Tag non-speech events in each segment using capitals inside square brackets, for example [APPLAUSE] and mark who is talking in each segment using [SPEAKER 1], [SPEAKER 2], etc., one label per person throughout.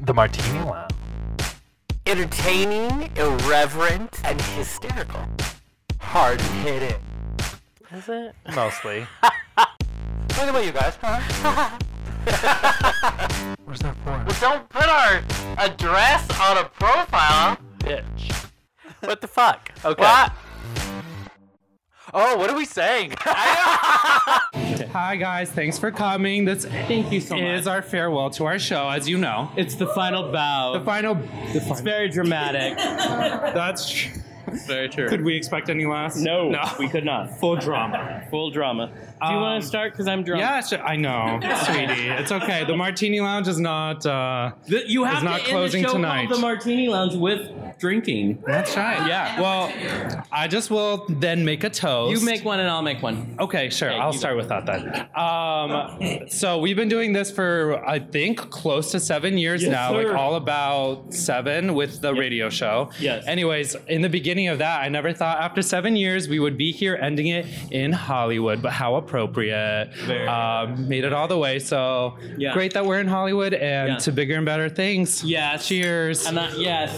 [SPEAKER 1] The Martini Lounge.
[SPEAKER 2] Entertaining, irreverent, and hysterical. Hard hitting.
[SPEAKER 3] Is it?
[SPEAKER 2] [LAUGHS]
[SPEAKER 1] Mostly.
[SPEAKER 2] What about you guys? Huh?
[SPEAKER 1] Where's that for?
[SPEAKER 2] well, don't put our address on a profile.
[SPEAKER 3] Bitch. What the fuck? Okay.
[SPEAKER 2] What?
[SPEAKER 3] Oh, what are we
[SPEAKER 2] [LAUGHS]
[SPEAKER 3] saying?
[SPEAKER 4] Hi guys, thanks for coming. This
[SPEAKER 5] Thank you so much.
[SPEAKER 4] is our farewell to our show, as you know.
[SPEAKER 5] it's the final bow.
[SPEAKER 4] The final. The
[SPEAKER 5] it's very
[SPEAKER 4] [LAUGHS]
[SPEAKER 5] dramatic.
[SPEAKER 4] That's. Tr-
[SPEAKER 5] it's very true.
[SPEAKER 4] could we expect any less? [LAUGHS]
[SPEAKER 5] no,
[SPEAKER 4] No.
[SPEAKER 5] we could not.
[SPEAKER 4] Full drama.
[SPEAKER 5] Full drama. Do you
[SPEAKER 4] Um,
[SPEAKER 5] want to start? Because I'm drunk.
[SPEAKER 4] Yeah, sure. I know, sweetie. It's okay. The Martini Lounge is not. Uh,
[SPEAKER 5] The- you have
[SPEAKER 4] It's
[SPEAKER 5] to
[SPEAKER 4] not
[SPEAKER 5] end
[SPEAKER 4] closing
[SPEAKER 5] the show
[SPEAKER 4] tonight.
[SPEAKER 5] called the Martini Lounge with drinking.
[SPEAKER 4] that's right.
[SPEAKER 5] Yeah.
[SPEAKER 4] Well, I just will then make a toast.
[SPEAKER 5] You make one and I'll make one.
[SPEAKER 4] Okay, sure.
[SPEAKER 5] Okay,
[SPEAKER 4] I'll
[SPEAKER 5] you
[SPEAKER 4] start with that then. Um, so we've been doing this for I think close to seven years
[SPEAKER 5] Yes,
[SPEAKER 4] now,
[SPEAKER 5] sir.
[SPEAKER 4] like all about seven with the radio show.
[SPEAKER 5] Yes.
[SPEAKER 4] Anyways, in the beginning of that, I never thought after seven years we would be here ending it in Hollywood, but how appropriate.
[SPEAKER 5] Very.
[SPEAKER 4] Um, made it all the way. So
[SPEAKER 5] Yeah.
[SPEAKER 4] great that we're in Hollywood and
[SPEAKER 5] Yeah.
[SPEAKER 4] to bigger and better things.
[SPEAKER 5] Yes.
[SPEAKER 4] Cheers.
[SPEAKER 5] And that, yes.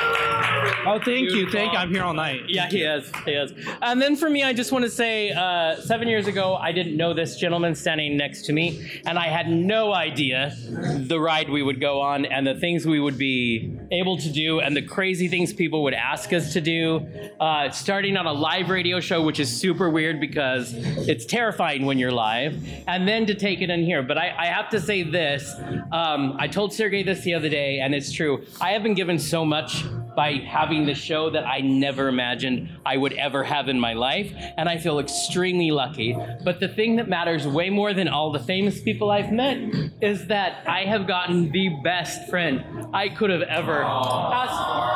[SPEAKER 4] oh, thank you. Thank
[SPEAKER 5] Beautiful.
[SPEAKER 4] I'm here all night.
[SPEAKER 5] Yeah, he is. He is. And then for me, I just want to say uh, seven years ago, I didn't know this gentleman standing next to me, and I had no idea the ride we would go on and the things we would be able to do and the crazy things people would ask us to do. Uh, starting on a live radio show, which is super weird because it's terrifying when you're live, and then to take it in here. But I, I have to say this um, I told Sergey this the other day, and it's true. I have been given so much by having the show that I never imagined I would ever have in my life, and I feel extremely lucky. But the thing that matters way more than all the famous people I've met is that I have gotten the best friend I could have ever asked.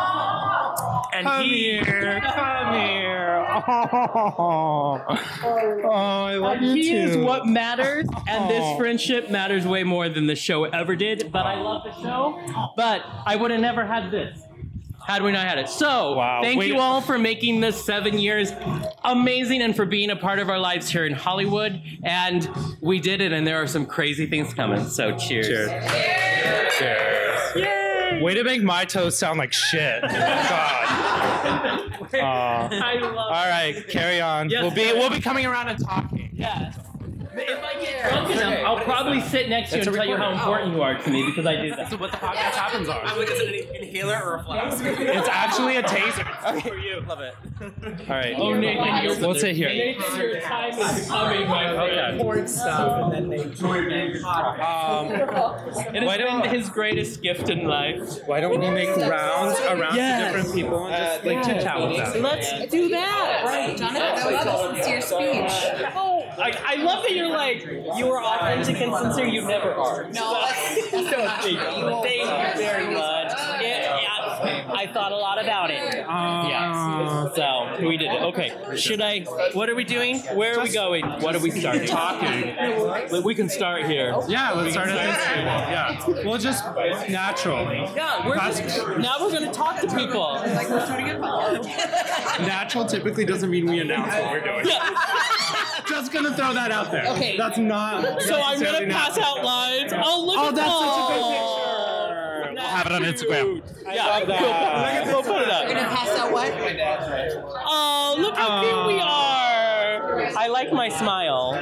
[SPEAKER 5] And
[SPEAKER 4] Come
[SPEAKER 5] he,
[SPEAKER 4] here. Come [LAUGHS] here. Oh, oh I love
[SPEAKER 5] and
[SPEAKER 4] you
[SPEAKER 5] he
[SPEAKER 4] too. Oh.
[SPEAKER 5] is what matters, and
[SPEAKER 4] Aw.
[SPEAKER 5] this friendship matters way more than the show ever did. But I love the show. But I would have never had this. Had we not had it. So,
[SPEAKER 4] Wow,
[SPEAKER 5] thank
[SPEAKER 4] wait-
[SPEAKER 5] you all for making this seven years amazing and for being a part of our lives here in Hollywood. And we did it, and there are some crazy things coming. So, cheers. [LAUGHS]
[SPEAKER 4] Way to make my toast sound like
[SPEAKER 5] [LAUGHS]
[SPEAKER 4] shit. God.
[SPEAKER 5] I love
[SPEAKER 4] All right, carry on.
[SPEAKER 5] Yes,
[SPEAKER 4] we'll be
[SPEAKER 5] carry
[SPEAKER 4] we'll be coming around and talking.
[SPEAKER 5] Yes. If I get drunk enough, I'll probably sit next to you and tell you how important you are to me because I do that.
[SPEAKER 3] what the podcast happens on.
[SPEAKER 6] I'm like, is it an inhaler or a flask?
[SPEAKER 4] It's actually a taser.
[SPEAKER 6] for you. Love it.
[SPEAKER 4] All right.
[SPEAKER 5] Oh, Nathan, you're
[SPEAKER 4] We'll sit here.
[SPEAKER 5] Nathan, your time is coming, my friend.
[SPEAKER 6] Poured stuff and then they joined in.
[SPEAKER 4] Um,
[SPEAKER 5] It
[SPEAKER 4] Why
[SPEAKER 5] has been
[SPEAKER 4] don't-
[SPEAKER 5] his greatest gift in life.
[SPEAKER 4] why don't we make rounds around
[SPEAKER 5] Yes.
[SPEAKER 4] to different people and just like chit chat with them?
[SPEAKER 5] Let's.
[SPEAKER 7] Do that. Right. Jonathan, that was a sincere speech.
[SPEAKER 5] I, I love that you're like you are authentic and sincere. You never are. [LAUGHS]
[SPEAKER 7] No, that's, that's not
[SPEAKER 5] Thank you Thank you very much. It- yeah, I thought a lot about it.
[SPEAKER 4] Uh,
[SPEAKER 5] Yes. So we did it. Okay. Should I? What are we doing? Where are we going? What are
[SPEAKER 4] [LAUGHS]
[SPEAKER 5] we starting? Talking. We can start here.
[SPEAKER 4] Yeah, let's start at this table. Yeah. Well, just naturally.
[SPEAKER 5] Yeah, we're just, now we're gonna talk
[SPEAKER 4] [LAUGHS]
[SPEAKER 5] to people.
[SPEAKER 4] Natural typically doesn't mean we announce what we're doing. Just gonna throw that out there.
[SPEAKER 7] Okay.
[SPEAKER 4] That's not.
[SPEAKER 5] So I'm
[SPEAKER 4] necessarily
[SPEAKER 5] gonna pass
[SPEAKER 4] natural.
[SPEAKER 5] out lines. Oh look
[SPEAKER 4] Oh,
[SPEAKER 5] at
[SPEAKER 4] that's such a good
[SPEAKER 5] good picture.
[SPEAKER 4] We'll have it on Instagram.
[SPEAKER 5] yeah,
[SPEAKER 4] love [LAUGHS] that.
[SPEAKER 5] We'll, put it
[SPEAKER 7] You're
[SPEAKER 5] up.
[SPEAKER 7] gonna pass out what?
[SPEAKER 5] Oh, look how cute
[SPEAKER 4] Um,
[SPEAKER 5] we are. I like my smile.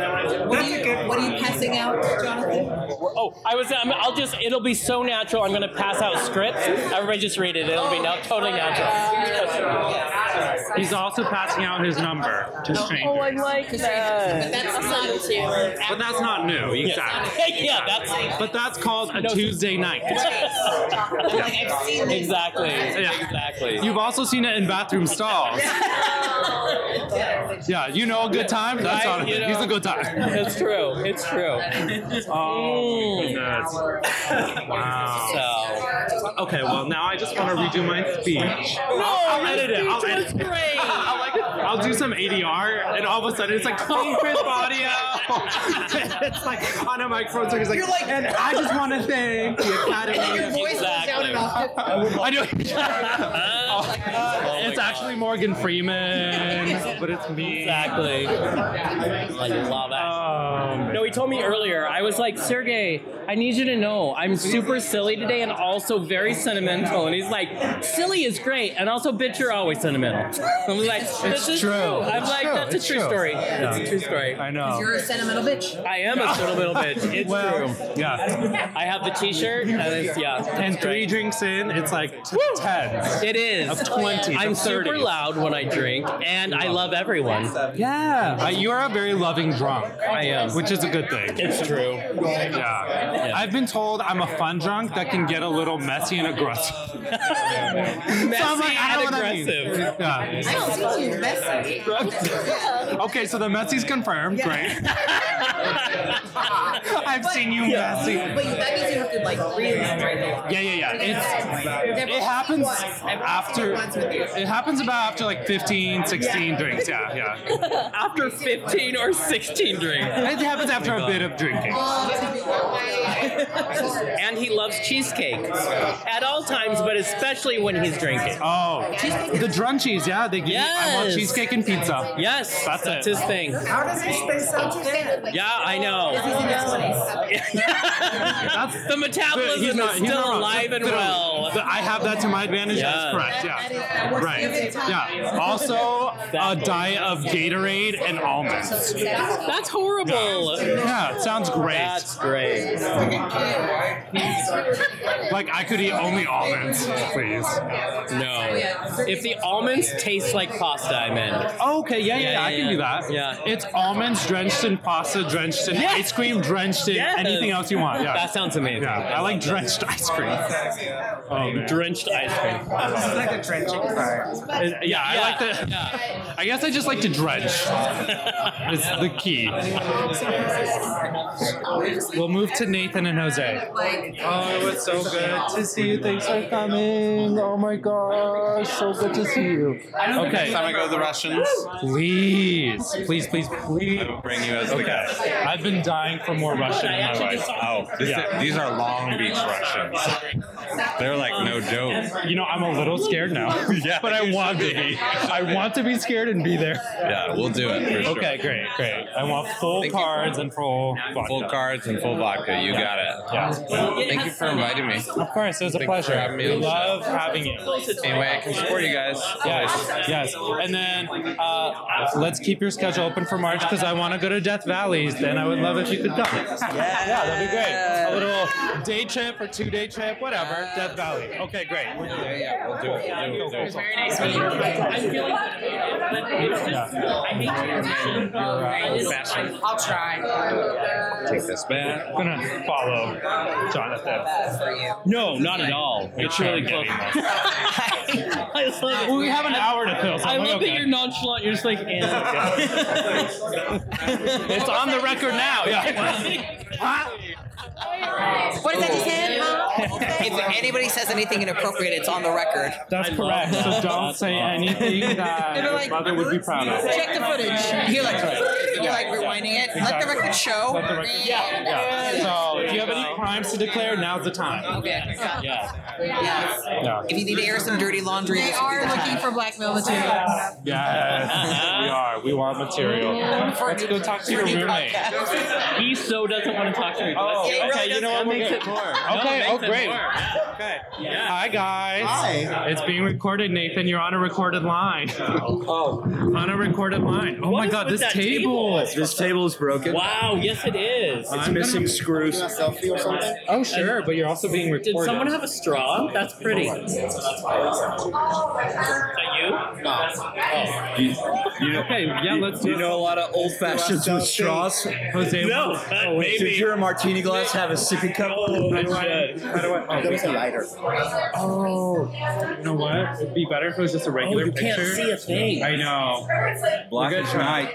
[SPEAKER 7] What are you, what are you passing out, Jonathan?
[SPEAKER 5] Oh, I was. I'm, I'll just. It'll be so natural. I'm gonna pass out scripts. Everybody just read it. It'll be now totally natural.
[SPEAKER 4] He's also passing out his number to strangers.
[SPEAKER 7] Like that. But that's not
[SPEAKER 4] But that's not new, exactly.
[SPEAKER 5] [LAUGHS] yeah, that's
[SPEAKER 4] But that's called a
[SPEAKER 5] No.
[SPEAKER 4] Tuesday night.
[SPEAKER 7] I'm like, I've seen this.
[SPEAKER 5] exactly.
[SPEAKER 4] Yeah.
[SPEAKER 5] Exactly.
[SPEAKER 4] You've also seen it in bathroom stalls. Yeah, you know a good time? That's
[SPEAKER 5] Right,
[SPEAKER 4] not
[SPEAKER 5] you know.
[SPEAKER 4] He's a good time.
[SPEAKER 5] It's true. It's
[SPEAKER 4] Oh,
[SPEAKER 5] true. Mm.
[SPEAKER 4] Wow.
[SPEAKER 5] So.
[SPEAKER 4] Okay, well, now I just want to redo my speech.
[SPEAKER 5] No,
[SPEAKER 4] I'll
[SPEAKER 5] your
[SPEAKER 4] edit it.
[SPEAKER 5] speech
[SPEAKER 4] I'll edit
[SPEAKER 5] was
[SPEAKER 4] it. [LAUGHS] Oh
[SPEAKER 5] great. [LAUGHS]
[SPEAKER 4] I'll, like, I'll do some ADR, and all of a sudden it's like clean crisp [LAUGHS] audio.
[SPEAKER 5] [LAUGHS]
[SPEAKER 4] it's like on a microphone, so it's like, and I just want to thank the Academy.
[SPEAKER 5] Exactly.
[SPEAKER 8] off.
[SPEAKER 4] I know.
[SPEAKER 5] Oh
[SPEAKER 4] it's actually Morgan Freeman, but it's me.
[SPEAKER 5] [LAUGHS] Exactly. I love that.
[SPEAKER 4] Um,
[SPEAKER 5] No, he told me earlier. I was like, Sergey, I need you to know I'm super silly today and also very sentimental. And he's like, silly is great, and also, bitch, you're always sentimental. [LAUGHS] I'm like, this
[SPEAKER 4] It's
[SPEAKER 5] is
[SPEAKER 4] true.
[SPEAKER 5] I'm
[SPEAKER 4] It's
[SPEAKER 5] like,
[SPEAKER 4] true.
[SPEAKER 5] that's
[SPEAKER 4] It's
[SPEAKER 5] a true,
[SPEAKER 4] true.
[SPEAKER 5] story.
[SPEAKER 4] Yeah.
[SPEAKER 5] That's a true story.
[SPEAKER 4] I know.
[SPEAKER 7] Oh.
[SPEAKER 8] You're a sentimental bitch.
[SPEAKER 5] I am a sentimental bitch. It's
[SPEAKER 4] Well,
[SPEAKER 5] true.
[SPEAKER 4] yeah.
[SPEAKER 5] I have the T-shirt, and
[SPEAKER 4] [LAUGHS]
[SPEAKER 5] it's, yeah,
[SPEAKER 4] And
[SPEAKER 5] it's
[SPEAKER 4] three
[SPEAKER 5] great.
[SPEAKER 4] drinks in, it's like t- tens.
[SPEAKER 5] It is.
[SPEAKER 4] Of 20s,
[SPEAKER 5] I'm
[SPEAKER 4] of
[SPEAKER 5] super
[SPEAKER 4] 30s.
[SPEAKER 5] loud when I drink, and I love everyone.
[SPEAKER 4] Yeah, Uh, you are a very loving drunk.
[SPEAKER 5] I am.
[SPEAKER 4] Which is a good thing.
[SPEAKER 5] It's true.
[SPEAKER 4] Yeah. I've been told I'm a fun drunk that can get a little messy and aggressive. so I'm
[SPEAKER 5] [LAUGHS] Messy and
[SPEAKER 4] what I mean.
[SPEAKER 5] aggressive.
[SPEAKER 4] Yeah.
[SPEAKER 8] I don't think you
[SPEAKER 7] [LAUGHS]
[SPEAKER 8] messy. Yeah.
[SPEAKER 4] Okay, so the messy's confirmed.
[SPEAKER 5] [LAUGHS]
[SPEAKER 4] Great. I've seen you messy.
[SPEAKER 8] But that means you have to like really strike the line.
[SPEAKER 4] Yeah, yeah, yeah.
[SPEAKER 5] Oh
[SPEAKER 4] It's,
[SPEAKER 8] It's,
[SPEAKER 4] it happens
[SPEAKER 8] Every
[SPEAKER 4] after.
[SPEAKER 8] once with you.
[SPEAKER 4] It happens about after like 15, 16 drinks. Yeah, yeah.
[SPEAKER 5] After 15 or 16 drinks.
[SPEAKER 4] It happens after a bit of drinking.
[SPEAKER 5] and he loves cheesecake at all times, but especially when he's drinking.
[SPEAKER 4] Oh, the drunchies. Yeah, they give. I want
[SPEAKER 5] Yes.
[SPEAKER 4] cheesecake and pizza.
[SPEAKER 5] Yes, that's,
[SPEAKER 4] That's it.
[SPEAKER 5] his thing.
[SPEAKER 9] How does this space out to ten?
[SPEAKER 5] Yeah, I [LAUGHS] know.
[SPEAKER 4] That's
[SPEAKER 5] the metabolism
[SPEAKER 4] he's not-
[SPEAKER 5] is
[SPEAKER 4] he's not
[SPEAKER 5] still
[SPEAKER 4] wrong.
[SPEAKER 5] alive and
[SPEAKER 4] But, um,
[SPEAKER 5] well.
[SPEAKER 4] but I have that to my advantage.
[SPEAKER 5] Yeah.
[SPEAKER 4] That's correct.
[SPEAKER 8] That
[SPEAKER 4] Yeah.
[SPEAKER 8] is, that works
[SPEAKER 4] Right.
[SPEAKER 8] every time.
[SPEAKER 4] Yeah. Also, a
[SPEAKER 5] Exactly.
[SPEAKER 4] diet of Gatorade and almonds.
[SPEAKER 5] That's horrible.
[SPEAKER 4] Yeah, it sounds great.
[SPEAKER 5] That's great.
[SPEAKER 4] Like I could eat only almonds, please.
[SPEAKER 5] No. If the almonds taste like pasta, I'm in.
[SPEAKER 4] Okay, yeah, yeah, Oh, yeah,
[SPEAKER 5] Yeah,
[SPEAKER 4] I
[SPEAKER 5] yeah,
[SPEAKER 4] can
[SPEAKER 5] yeah.
[SPEAKER 4] do that.
[SPEAKER 5] Yeah.
[SPEAKER 4] It's almonds drenched in pasta, drenched in
[SPEAKER 5] Yes.
[SPEAKER 4] ice cream, drenched in
[SPEAKER 5] Yes.
[SPEAKER 4] anything else you want. Yeah.
[SPEAKER 5] That
[SPEAKER 4] [LAUGHS]
[SPEAKER 5] sounds amazing.
[SPEAKER 4] yeah, I like drenched ice cream. Oh, man.
[SPEAKER 5] Drenched ice
[SPEAKER 9] [LAUGHS]
[SPEAKER 5] cream.
[SPEAKER 9] This is like a drenching fire.
[SPEAKER 4] yeah, I like the. I guess I just like to drench. it's the key. We'll move to Nathan and Jose.
[SPEAKER 8] Like,
[SPEAKER 4] Oh, it was so good to see you. Thanks for coming. Oh my gosh, so good to see you.
[SPEAKER 9] Next time
[SPEAKER 4] Okay,
[SPEAKER 9] I go to the Russians,
[SPEAKER 4] please, please, please, please.
[SPEAKER 9] I will bring you as the
[SPEAKER 4] Okay,
[SPEAKER 9] guest.
[SPEAKER 4] I've been dying for more Russian in my life.
[SPEAKER 10] Oh, this
[SPEAKER 4] Yeah.
[SPEAKER 10] these are Long Beach Russians. They're like no joke.
[SPEAKER 4] You know, I'm a little scared now.
[SPEAKER 10] [LAUGHS]
[SPEAKER 4] [LAUGHS]
[SPEAKER 10] Yeah,
[SPEAKER 4] but I
[SPEAKER 10] you
[SPEAKER 4] want to
[SPEAKER 10] should
[SPEAKER 4] be.
[SPEAKER 10] be.
[SPEAKER 4] I want to be scared and be there.
[SPEAKER 10] Yeah, we'll do it for sure.
[SPEAKER 4] Okay, great, great. I want full
[SPEAKER 10] Thank you.
[SPEAKER 4] cards and full vodka.
[SPEAKER 10] Full cards and full vodka. You got it.
[SPEAKER 4] Yeah.
[SPEAKER 10] Thank you for inviting me.
[SPEAKER 4] Of course, it was a
[SPEAKER 10] Thanks for
[SPEAKER 4] pleasure.
[SPEAKER 10] having me
[SPEAKER 4] We
[SPEAKER 10] on the
[SPEAKER 4] love
[SPEAKER 10] show.
[SPEAKER 4] having you.
[SPEAKER 10] Any way I can support you guys.
[SPEAKER 4] Yes, yes. And then uh, let's keep your schedule open for March because I want to go to Death Valleys. Then I would love if you could come. Yeah, yeah, that'd be great. A little day trip or two day trip, whatever. Death Valley. Okay, great. [LAUGHS]
[SPEAKER 10] Yeah, yeah, we'll do it. We'll do it.
[SPEAKER 5] Very nice meeting you. I'm feeling but it's just, I hate to
[SPEAKER 8] I'll try.
[SPEAKER 10] uh, Take this back.
[SPEAKER 4] I'm gonna follow Jonathan.
[SPEAKER 5] No, not at all. It's really
[SPEAKER 4] Okay.
[SPEAKER 5] close. I love it.
[SPEAKER 4] Well, we have an hour to fill. So
[SPEAKER 5] I
[SPEAKER 4] I'm
[SPEAKER 5] love
[SPEAKER 4] okay.
[SPEAKER 5] that you're nonchalant. You're just like, eh.
[SPEAKER 4] [LAUGHS] It's on the record now. Yeah.
[SPEAKER 7] What did that just say? If anybody says anything inappropriate, it's on the record.
[SPEAKER 4] That's correct. So don't say
[SPEAKER 5] [LAUGHS]
[SPEAKER 4] anything that
[SPEAKER 7] They'd be
[SPEAKER 4] your
[SPEAKER 7] like-
[SPEAKER 4] mother would be proud of.
[SPEAKER 7] Check the footage. You're like, you're like rewinding it. Let the record show.
[SPEAKER 4] Let the record- Yeah. So if you have any crimes to declare, now's the time.
[SPEAKER 7] Okay.
[SPEAKER 5] yeah.
[SPEAKER 7] Yes.
[SPEAKER 4] Yeah.
[SPEAKER 7] If you need to air some dirty laundry,
[SPEAKER 8] They
[SPEAKER 7] this would be
[SPEAKER 8] are
[SPEAKER 7] the
[SPEAKER 8] looking
[SPEAKER 7] time.
[SPEAKER 8] for blackmail materials.
[SPEAKER 4] Yes, we are. We want material. Let's go talk to your roommate.
[SPEAKER 5] He so doesn't want to talk to me. but
[SPEAKER 4] Oh,
[SPEAKER 5] that's-
[SPEAKER 7] Yeah, he really
[SPEAKER 4] okay. You know what?
[SPEAKER 7] doesn't.
[SPEAKER 4] We're
[SPEAKER 5] That
[SPEAKER 4] good.
[SPEAKER 5] makes it more.
[SPEAKER 4] Okay.
[SPEAKER 5] No,
[SPEAKER 4] Oh,
[SPEAKER 5] it makes it
[SPEAKER 4] great.
[SPEAKER 5] more.
[SPEAKER 4] Okay. Hi guys. Hi. It's being recorded, Nathan. You're on a recorded line. Oh. On a recorded line. Oh
[SPEAKER 5] What
[SPEAKER 4] my
[SPEAKER 5] is
[SPEAKER 4] God!
[SPEAKER 5] with
[SPEAKER 4] This
[SPEAKER 5] that
[SPEAKER 4] table.
[SPEAKER 5] table?
[SPEAKER 11] This table is broken.
[SPEAKER 5] Wow, yes it is.
[SPEAKER 11] It's missing screws.
[SPEAKER 4] Oh sure, but you're also being recorded.
[SPEAKER 5] Did someone have a straw? That's pretty. Oh, Is that you?
[SPEAKER 4] Okay. Yeah. Let's.
[SPEAKER 11] You know a lot of old fashions with straws.
[SPEAKER 4] Jose.
[SPEAKER 5] [LAUGHS] No,
[SPEAKER 11] Did
[SPEAKER 5] maybe.
[SPEAKER 11] your martini glass have a sippy cup?
[SPEAKER 4] You know what? It'd be better if it was just a
[SPEAKER 5] Oh,
[SPEAKER 4] regular
[SPEAKER 5] you
[SPEAKER 4] picture.
[SPEAKER 5] can't see a thing.
[SPEAKER 4] I know.
[SPEAKER 11] Black as night.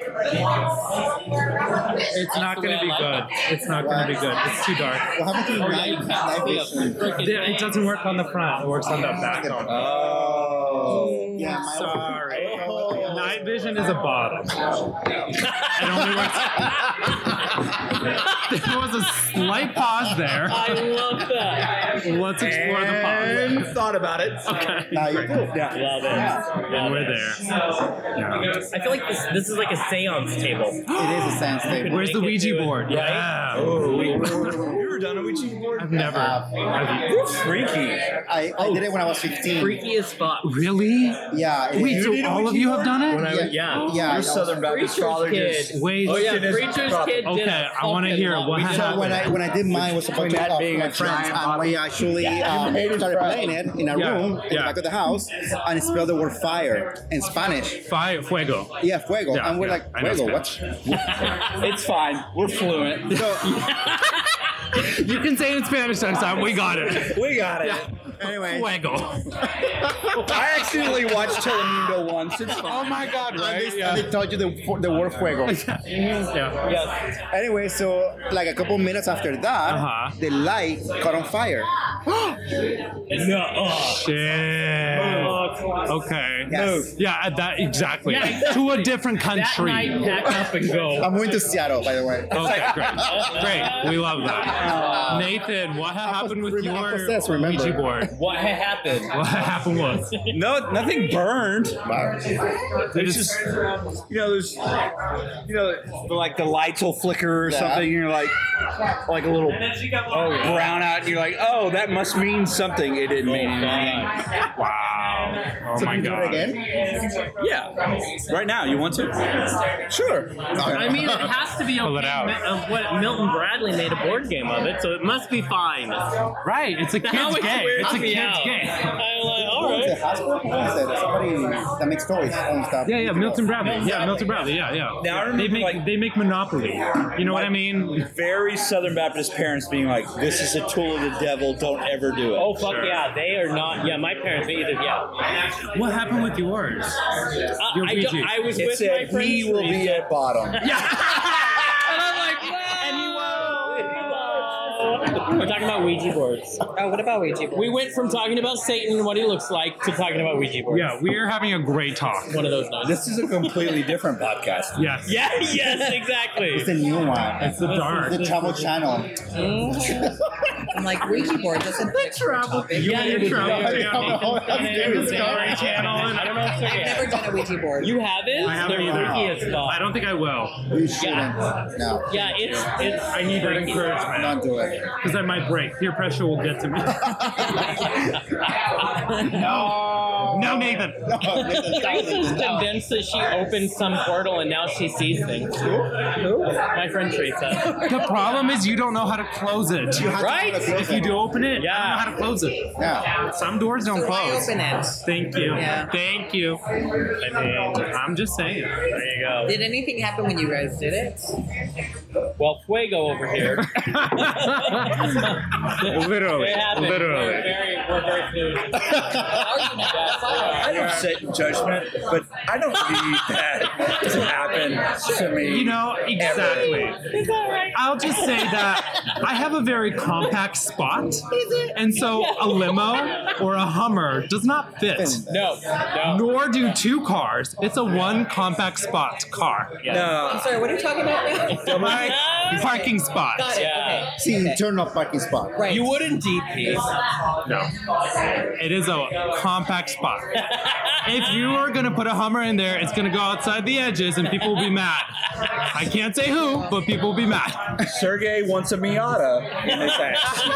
[SPEAKER 4] It's not gonna be good. It's not gonna be good. It's too dark.
[SPEAKER 5] Oh, yeah, you can't see a freaking
[SPEAKER 4] Yeah, it
[SPEAKER 5] thing.
[SPEAKER 4] doesn't work on the front. It works on the back.
[SPEAKER 11] Oh. [LAUGHS]
[SPEAKER 4] Sorry. Night vision is a bottom. it only works. there was a slight pause there.
[SPEAKER 5] I love that.
[SPEAKER 12] Let's
[SPEAKER 11] Oh,
[SPEAKER 12] explore the pond.
[SPEAKER 10] thought about it.
[SPEAKER 12] Okay.
[SPEAKER 10] Now you're cool. Yeah.
[SPEAKER 5] Love it.
[SPEAKER 12] And we're there.
[SPEAKER 5] I feel like this, this is like a seance table.
[SPEAKER 13] It is a science table.
[SPEAKER 12] Where's the Ouija board? Yeah.
[SPEAKER 10] you were done a Ouija board?
[SPEAKER 12] I've never.
[SPEAKER 10] Freaky.
[SPEAKER 13] I, I did it when I was 15.
[SPEAKER 5] Freaky as fuck.
[SPEAKER 12] Really?
[SPEAKER 13] Yeah. it
[SPEAKER 12] Wait,
[SPEAKER 13] is.
[SPEAKER 12] so all of you have done it?
[SPEAKER 10] I-
[SPEAKER 5] Yeah.
[SPEAKER 13] Yeah,
[SPEAKER 10] You're
[SPEAKER 13] I know.
[SPEAKER 10] Southern Baptist
[SPEAKER 5] Preacher's
[SPEAKER 10] astrologist.
[SPEAKER 5] kid.
[SPEAKER 12] Wait.
[SPEAKER 10] Oh, yeah.
[SPEAKER 5] Preacher's kid.
[SPEAKER 12] Okay,
[SPEAKER 5] did a
[SPEAKER 12] I wanna
[SPEAKER 5] fucking
[SPEAKER 12] hear
[SPEAKER 5] lot.
[SPEAKER 12] what
[SPEAKER 5] We
[SPEAKER 12] happened.
[SPEAKER 13] So
[SPEAKER 10] [LAUGHS]
[SPEAKER 13] when I when I did mine was supposed to
[SPEAKER 10] That
[SPEAKER 13] talk
[SPEAKER 10] being
[SPEAKER 13] to uh, my
[SPEAKER 10] a
[SPEAKER 13] friends,
[SPEAKER 10] giant
[SPEAKER 13] and we actually uh, started playing it in a
[SPEAKER 12] Yeah,
[SPEAKER 13] room in the
[SPEAKER 12] yeah.
[SPEAKER 13] back of the house, and it spelled the word fire in Spanish.
[SPEAKER 12] Fire, fuego.
[SPEAKER 13] Yeah, fuego,
[SPEAKER 12] Yeah,
[SPEAKER 13] and we're
[SPEAKER 12] yeah, I
[SPEAKER 13] like
[SPEAKER 12] know
[SPEAKER 13] fuego. What?
[SPEAKER 12] Spanish.
[SPEAKER 10] It's fine. We're fluent.
[SPEAKER 12] [LAUGHS] You can say it in Spanish next time. We
[SPEAKER 4] [LAUGHS]
[SPEAKER 12] got it.
[SPEAKER 10] We got it.
[SPEAKER 13] Anyway,
[SPEAKER 12] Fuego.
[SPEAKER 10] I accidentally watched Telemundo once. It's
[SPEAKER 12] Oh
[SPEAKER 10] fine.
[SPEAKER 12] my God!
[SPEAKER 13] and
[SPEAKER 12] Right?
[SPEAKER 13] they, and they taught you the the word fuego.
[SPEAKER 12] yeah.
[SPEAKER 13] Anyway, so like a couple minutes after that,
[SPEAKER 12] Uh-huh.
[SPEAKER 13] the light caught on fire.
[SPEAKER 12] Shit. Okay.
[SPEAKER 13] Yes.
[SPEAKER 12] Yeah, at that exactly. To a different
[SPEAKER 5] That
[SPEAKER 12] country.
[SPEAKER 5] night, pack up and go.
[SPEAKER 13] I'm going to Seattle, by the way. [LAUGHS]
[SPEAKER 12] Okay, great. Great. We love that. Nathan, what ha- happened with
[SPEAKER 13] remember- I
[SPEAKER 12] your
[SPEAKER 13] possess, remember.
[SPEAKER 12] Ouija board?
[SPEAKER 5] What had happened?
[SPEAKER 12] What happened was
[SPEAKER 10] No, nothing burned.
[SPEAKER 12] they just
[SPEAKER 10] You know, there's, you know, the, like the lights will flicker or
[SPEAKER 13] Yeah.
[SPEAKER 10] something. And you're like, like a little Oh, brown out. And you're like, oh, that must mean something. It didn't mean anything.
[SPEAKER 12] wow. Oh my
[SPEAKER 13] Do it
[SPEAKER 12] god.
[SPEAKER 13] again?
[SPEAKER 10] Yeah. Right now, you want to? Sure.
[SPEAKER 5] I mean, it has to be okay.
[SPEAKER 12] Pull it out.
[SPEAKER 5] Mi- uh, what Milton Bradley made a board game of it, so it must be fine.
[SPEAKER 12] Right. It's a kid's game. It's a kid's game.
[SPEAKER 5] I'm like, all
[SPEAKER 13] Who is
[SPEAKER 5] right.
[SPEAKER 13] it? Hasbro? Who is it? Somebody that makes toys and stuff.
[SPEAKER 12] Yeah, yeah, Milton Bradley. Yeah, Milton Bradley. Yeah, yeah.
[SPEAKER 10] Now, I
[SPEAKER 12] they
[SPEAKER 10] remember,
[SPEAKER 12] make
[SPEAKER 10] like-
[SPEAKER 12] they make Monopoly. You know what I mean?
[SPEAKER 10] Very Southern Baptist parents being like, this is a tool of the devil. Don't ever do it.
[SPEAKER 5] Oh fuck yeah, they are not. Yeah, my parents they either. Yeah,
[SPEAKER 12] What happened with yours?
[SPEAKER 5] I,
[SPEAKER 12] Your
[SPEAKER 5] I, don't-
[SPEAKER 12] Ouija.
[SPEAKER 5] I was
[SPEAKER 10] it
[SPEAKER 5] with my
[SPEAKER 10] said,
[SPEAKER 5] friends.
[SPEAKER 13] [LAUGHS]
[SPEAKER 10] we will be at bottom.
[SPEAKER 5] and I'm like, wow. [LAUGHS] We're talking about Ouija boards.
[SPEAKER 7] Oh, what about Ouija board?
[SPEAKER 5] We went from talking about Satan and what he looks like to talking about Ouija boards.
[SPEAKER 12] Yeah, we are having a great talk.
[SPEAKER 5] One of those
[SPEAKER 10] [LAUGHS]
[SPEAKER 5] nights.
[SPEAKER 10] This is a completely different podcast.
[SPEAKER 12] Yes.
[SPEAKER 5] Yeah, yes, exactly.
[SPEAKER 10] [LAUGHS]
[SPEAKER 13] It's a new one.
[SPEAKER 12] It's the dark.
[SPEAKER 13] The Travel Channel.
[SPEAKER 7] I'm like Ouija board. That's a travel.
[SPEAKER 5] Yeah, you're
[SPEAKER 12] Travel
[SPEAKER 13] Channel.
[SPEAKER 12] channel and I don't know if
[SPEAKER 7] I've never done a Ouija board.
[SPEAKER 5] You haven't?
[SPEAKER 12] I haven't
[SPEAKER 5] They're
[SPEAKER 12] either.
[SPEAKER 5] freaky as fuck.
[SPEAKER 12] I don't think I will.
[SPEAKER 13] You shouldn't. No,
[SPEAKER 5] Yeah, it's it's.
[SPEAKER 12] I need that encouragement
[SPEAKER 13] don't do it.
[SPEAKER 12] because I might break. Peer pressure will get to me.
[SPEAKER 5] [LAUGHS]
[SPEAKER 12] no. No, Nathan.
[SPEAKER 5] Grace is convinced that she opened some portal and now she sees things. My friend Teresa.
[SPEAKER 12] The problem is you don't know how to close it.
[SPEAKER 13] Right?
[SPEAKER 12] If you do open it, yeah. I don't know how to close it.
[SPEAKER 5] [LAUGHS]
[SPEAKER 13] Yeah.
[SPEAKER 12] Some doors don't
[SPEAKER 7] So why
[SPEAKER 12] close.
[SPEAKER 7] open it?
[SPEAKER 12] Thank you.
[SPEAKER 7] Yeah.
[SPEAKER 12] Thank you. I'm just saying.
[SPEAKER 5] There you go.
[SPEAKER 7] Did anything happen when you guys did it?
[SPEAKER 5] Well, Fuego over here.
[SPEAKER 12] [LAUGHS] literally.
[SPEAKER 5] It happened. We're
[SPEAKER 12] Literally.
[SPEAKER 5] very, we're very fluid.
[SPEAKER 10] I don't sit in judgment, but I don't need that to happen to me.
[SPEAKER 12] You know, exactly. I'll just say that I have a very compact spot. And so a limo or a Hummer does not fit.
[SPEAKER 5] No, no.
[SPEAKER 12] Nor do two cars. It's a one compact spot car.
[SPEAKER 7] I'm
[SPEAKER 10] no,
[SPEAKER 7] sorry. What are you talking about
[SPEAKER 13] [LAUGHS]
[SPEAKER 7] now?
[SPEAKER 12] My parking spot.
[SPEAKER 7] Got it.
[SPEAKER 5] Yeah.
[SPEAKER 7] Okay.
[SPEAKER 13] See, internal parking spot.
[SPEAKER 7] Right.
[SPEAKER 5] You wouldn't [LAUGHS] DP.
[SPEAKER 12] No. It is a compact spot. If you are going to put a Hummer in there, it's going to go outside the edges and people will be mad. I can't say who, but people will be mad.
[SPEAKER 10] Sergey wants a Miata in his ass.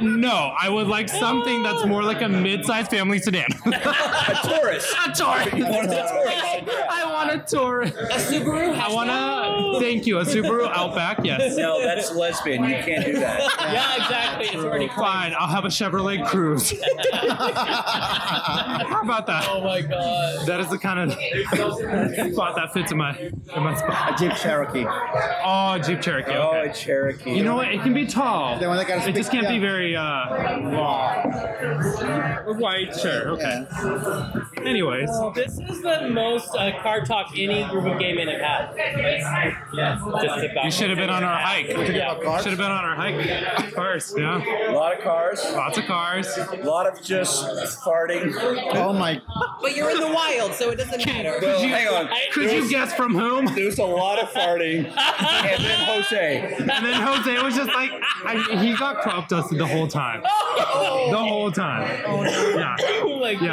[SPEAKER 12] No, I would like something that's more like a mid-sized family sedan.
[SPEAKER 10] A Taurus.
[SPEAKER 12] a Taurus. I want a Taurus.
[SPEAKER 7] A Subaru.
[SPEAKER 12] I want to thank you. A Subaru Outback, yes.
[SPEAKER 10] No, that's lesbian. You can't do that.
[SPEAKER 5] Yeah, exactly. It's already
[SPEAKER 12] Fine, I'll have a Chevrolet Cruise. How
[SPEAKER 5] Oh
[SPEAKER 12] about that?
[SPEAKER 5] my god.
[SPEAKER 12] That is the kind of spot that fits in my in my spot.
[SPEAKER 13] Jeep Cherokee.
[SPEAKER 12] Oh, Jeep Cherokee.
[SPEAKER 10] Oh,
[SPEAKER 12] Okay.
[SPEAKER 10] a Cherokee.
[SPEAKER 12] You know what? It can be tall.
[SPEAKER 13] The one that got a
[SPEAKER 12] It just can't be
[SPEAKER 13] speak-
[SPEAKER 12] very uh, long. White, sure, okay. Anyways,
[SPEAKER 5] This is the most uh, car talk talk any group of gay men have had. Yeah, just about.
[SPEAKER 12] You should have been on our hike. [LAUGHS]
[SPEAKER 5] Yeah.
[SPEAKER 12] Should have been on our hike. Of course, yeah.
[SPEAKER 10] A lot of cars,
[SPEAKER 12] Lots of cars.
[SPEAKER 10] a lot of just farting.
[SPEAKER 13] Oh my!
[SPEAKER 7] But you're in the wild, so it doesn't matter.
[SPEAKER 10] Well, hang on.
[SPEAKER 12] Could you guess from whom?
[SPEAKER 10] There's a lot of farting, and then Jose.
[SPEAKER 12] And then Jose was just like, I, he got crop dusted the whole time. The whole time. Yeah.
[SPEAKER 5] Oh my
[SPEAKER 12] Yeah.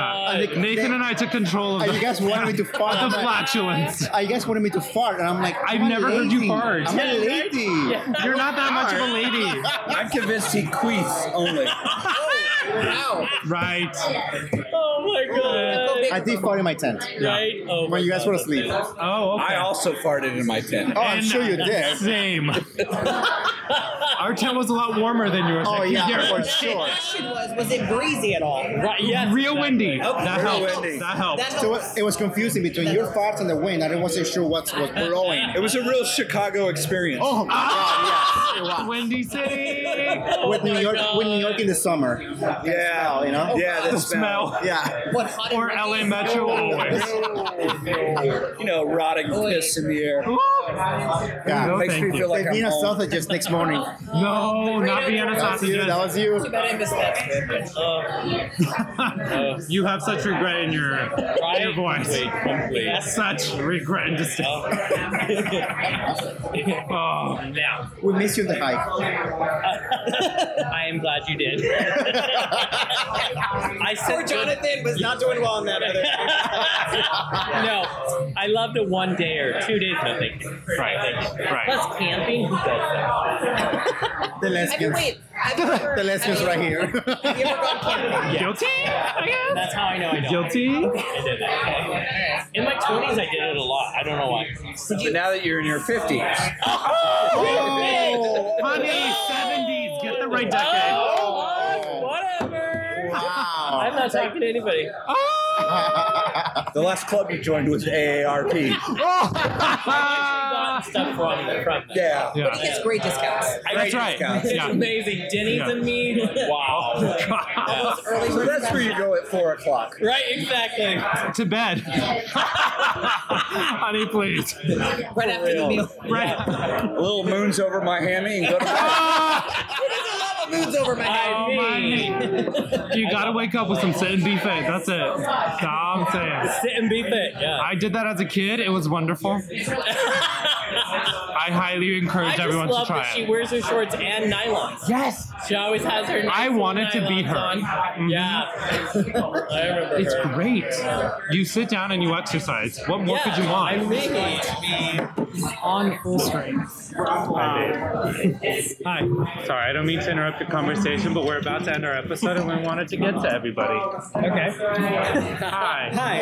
[SPEAKER 5] god.
[SPEAKER 12] Nathan and I took control of
[SPEAKER 13] Uh,
[SPEAKER 12] the,
[SPEAKER 13] you guys wanted me to fart.
[SPEAKER 12] of
[SPEAKER 13] I'm
[SPEAKER 12] [LAUGHS] the
[SPEAKER 13] like-
[SPEAKER 12] flatulence.
[SPEAKER 13] I guess wanted me to fart, and I'm like,
[SPEAKER 12] I've
[SPEAKER 13] I'm a
[SPEAKER 12] never heard you
[SPEAKER 13] lady.
[SPEAKER 12] fart.
[SPEAKER 13] I'm a lady.
[SPEAKER 12] You're not that much of a lady.
[SPEAKER 10] I'm convinced he queefs only.
[SPEAKER 7] Wow.
[SPEAKER 12] Right.
[SPEAKER 5] Oh my god.
[SPEAKER 13] I did fart in my tent
[SPEAKER 5] Right? Oh my
[SPEAKER 13] when you guys were
[SPEAKER 5] God.
[SPEAKER 13] asleep. Oh,
[SPEAKER 12] Oh, okay.
[SPEAKER 10] I also farted in my tent.
[SPEAKER 13] I'm
[SPEAKER 12] And uh,
[SPEAKER 13] sure you
[SPEAKER 5] [LAUGHS]
[SPEAKER 13] did.
[SPEAKER 12] [LAUGHS] Same. Our tent was a lot warmer than yours. I
[SPEAKER 13] Oh
[SPEAKER 12] can [LAUGHS]
[SPEAKER 13] yeah, for
[SPEAKER 12] guarantee.
[SPEAKER 13] sure.
[SPEAKER 7] Question was, was it breezy at all?
[SPEAKER 5] Right, yes. Oh.
[SPEAKER 12] Real windy. That
[SPEAKER 10] real
[SPEAKER 12] helped.
[SPEAKER 10] windy.
[SPEAKER 12] That helped.
[SPEAKER 7] That
[SPEAKER 13] So
[SPEAKER 7] helps.
[SPEAKER 13] it- it was confusing between your farts and the wind. I wasn't sure what was blowing.
[SPEAKER 10] It was a real Chicago experience.
[SPEAKER 13] Oh my god! Yes, it was.
[SPEAKER 12] Windy City.
[SPEAKER 5] [LAUGHS]
[SPEAKER 13] with New
[SPEAKER 5] my
[SPEAKER 13] York,
[SPEAKER 5] God.
[SPEAKER 13] with New York in the summer. That
[SPEAKER 10] Yeah.
[SPEAKER 13] smell, you know.
[SPEAKER 10] Yeah, the,
[SPEAKER 12] The smell.
[SPEAKER 13] Yeah.
[SPEAKER 7] What, hot
[SPEAKER 12] Or
[SPEAKER 7] and
[SPEAKER 12] LA
[SPEAKER 7] muggy?
[SPEAKER 5] [LAUGHS]
[SPEAKER 12] Metro always.
[SPEAKER 10] You know, rotting piss in the air.
[SPEAKER 13] Yeah.
[SPEAKER 12] No,
[SPEAKER 10] Makes
[SPEAKER 12] thank
[SPEAKER 10] me
[SPEAKER 12] you.
[SPEAKER 10] feel like I'm
[SPEAKER 13] Vienna
[SPEAKER 10] home.
[SPEAKER 13] sausages next morning.
[SPEAKER 12] No, not Vienna
[SPEAKER 13] That was you.
[SPEAKER 12] sausages.
[SPEAKER 13] That was you.
[SPEAKER 7] Too bad I missed
[SPEAKER 5] [LAUGHS]
[SPEAKER 7] that.
[SPEAKER 12] you have such regret in your, in your voice. Such regret and disdain. oh,
[SPEAKER 5] Now, [LAUGHS]
[SPEAKER 13] We miss you in the hike.
[SPEAKER 5] I am glad you
[SPEAKER 12] [LAUGHS]
[SPEAKER 5] did. I said
[SPEAKER 7] Poor Jonathan was not doing well in that
[SPEAKER 5] [LAUGHS]
[SPEAKER 7] other.
[SPEAKER 5] no, I loved a one day or two days. No, thank you.
[SPEAKER 12] right, right.
[SPEAKER 5] Plus camping. Who does that?
[SPEAKER 13] The
[SPEAKER 14] I mean,
[SPEAKER 13] lesbians.
[SPEAKER 14] wait. I've never-
[SPEAKER 13] [LAUGHS] the lesbians
[SPEAKER 14] I've
[SPEAKER 13] right
[SPEAKER 14] never-
[SPEAKER 13] here. [LAUGHS]
[SPEAKER 12] Guilty? I guess.
[SPEAKER 5] That's how I know I don't.
[SPEAKER 12] Guilty?
[SPEAKER 5] I did that. In my twenties, I did it a lot. I don't know why.
[SPEAKER 10] But now that you're in your 50s,
[SPEAKER 13] oh,
[SPEAKER 12] Honey, 70s. Get the right decade.
[SPEAKER 5] Oh, look, whatever. I'm
[SPEAKER 13] wow.
[SPEAKER 5] not talking to anybody.
[SPEAKER 10] the last club you joined was AARP.
[SPEAKER 12] Ah.
[SPEAKER 5] Got stuff from them. From them.
[SPEAKER 10] Yeah.
[SPEAKER 12] Yeah.
[SPEAKER 7] He gets great discounts.
[SPEAKER 12] That's right.
[SPEAKER 5] It's
[SPEAKER 12] Yeah.
[SPEAKER 5] amazing. Denny's
[SPEAKER 12] Yeah. Oh,
[SPEAKER 5] and me. [LAUGHS] Wow.
[SPEAKER 10] So that's where you go at 4 o'clock.
[SPEAKER 5] right, exactly.
[SPEAKER 12] to bed. Honey, please.
[SPEAKER 7] Right after the meal.
[SPEAKER 12] Right.
[SPEAKER 10] A little moons over Miami and go to
[SPEAKER 7] Who doesn't love a moods over my head?
[SPEAKER 12] Oh, my knee. You gotta wake up with some sit and be fit. That's it. That's all I'm saying.
[SPEAKER 5] Sit and be fit. Yeah.
[SPEAKER 12] I did that as a kid. It was wonderful. I highly
[SPEAKER 5] [LAUGHS]
[SPEAKER 12] encourage
[SPEAKER 5] I just
[SPEAKER 12] everyone to
[SPEAKER 5] love
[SPEAKER 12] try
[SPEAKER 5] that she
[SPEAKER 12] it.
[SPEAKER 5] wears her shorts and nylons.
[SPEAKER 12] Yes.
[SPEAKER 5] She always has her. nice
[SPEAKER 12] I wanted to be
[SPEAKER 5] nylons
[SPEAKER 12] her.
[SPEAKER 5] on.
[SPEAKER 12] Mhm.
[SPEAKER 5] Yeah. I remember
[SPEAKER 12] It's
[SPEAKER 5] her.
[SPEAKER 12] great. You sit down and you exercise. What more could you want?
[SPEAKER 5] I really want to be on full screen.
[SPEAKER 12] Hi. Sorry, I don't mean to interrupt the conversation, but we're about to end our episode and we wanted to get to everybody. Okay. Hi. Hi.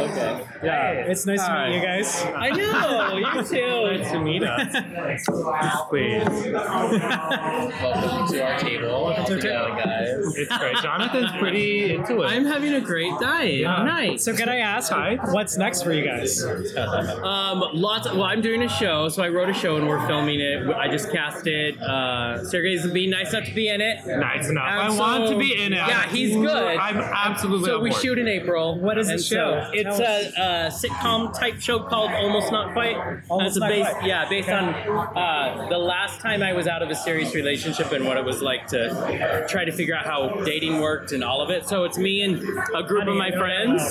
[SPEAKER 12] Yeah. It's nice to meet you guys.
[SPEAKER 5] I know. You too.
[SPEAKER 12] [LAUGHS] Nice to meet us. Please.
[SPEAKER 3] Welcome to our table.
[SPEAKER 12] [LAUGHS]
[SPEAKER 3] guys.
[SPEAKER 12] It's great. Jonathan's pretty into it.
[SPEAKER 5] I'm having a great day.
[SPEAKER 12] Yeah.
[SPEAKER 5] Nice.
[SPEAKER 11] So can I ask
[SPEAKER 12] Hi.
[SPEAKER 11] what's next for you guys?
[SPEAKER 5] Um, lots. well, I'm doing a show, so I wrote a show and we're filming it. I just cast it. Uh, Sergey's being nice enough to be in it.
[SPEAKER 12] nice enough.
[SPEAKER 5] And
[SPEAKER 12] I
[SPEAKER 5] so-
[SPEAKER 12] want to be in it.
[SPEAKER 5] Yeah, he's good.
[SPEAKER 12] I'm absolutely
[SPEAKER 5] So
[SPEAKER 12] on
[SPEAKER 5] we
[SPEAKER 12] board.
[SPEAKER 5] shoot in April. What
[SPEAKER 11] is the show?
[SPEAKER 5] it's
[SPEAKER 11] Tell
[SPEAKER 5] a, uh sitcom type show called Almost Not Quite. That's
[SPEAKER 11] Almost Not
[SPEAKER 5] based,
[SPEAKER 11] Quite.
[SPEAKER 5] Yeah, based on uh, the last time I was out of a serious relationship and what it was like to try to figure out how dating worked and all of it. So it's me and a group of my friends.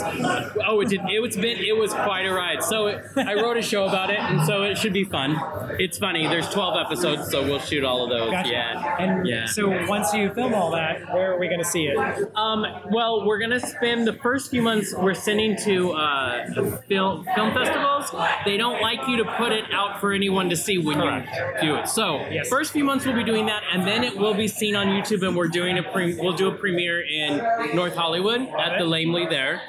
[SPEAKER 5] Oh, it did. It was been. It was quite a ride. So it, I wrote a show about it, and so it should be fun. It's funny. There's 12 episodes, so we'll shoot all of those.
[SPEAKER 11] Gotcha.
[SPEAKER 5] Yeah.
[SPEAKER 11] And
[SPEAKER 5] yeah.
[SPEAKER 11] so once you film all that, where are we going to see it?
[SPEAKER 5] Um, well, we're gonna spend the first few months we're sending to uh, film film festivals. They don't like you to put it out for anyone to see when you do it. So first few months we'll be doing that, and then it will be seen on YouTube. And we're doing a pre- we'll do a premiere in North Hollywood at the Lamely there,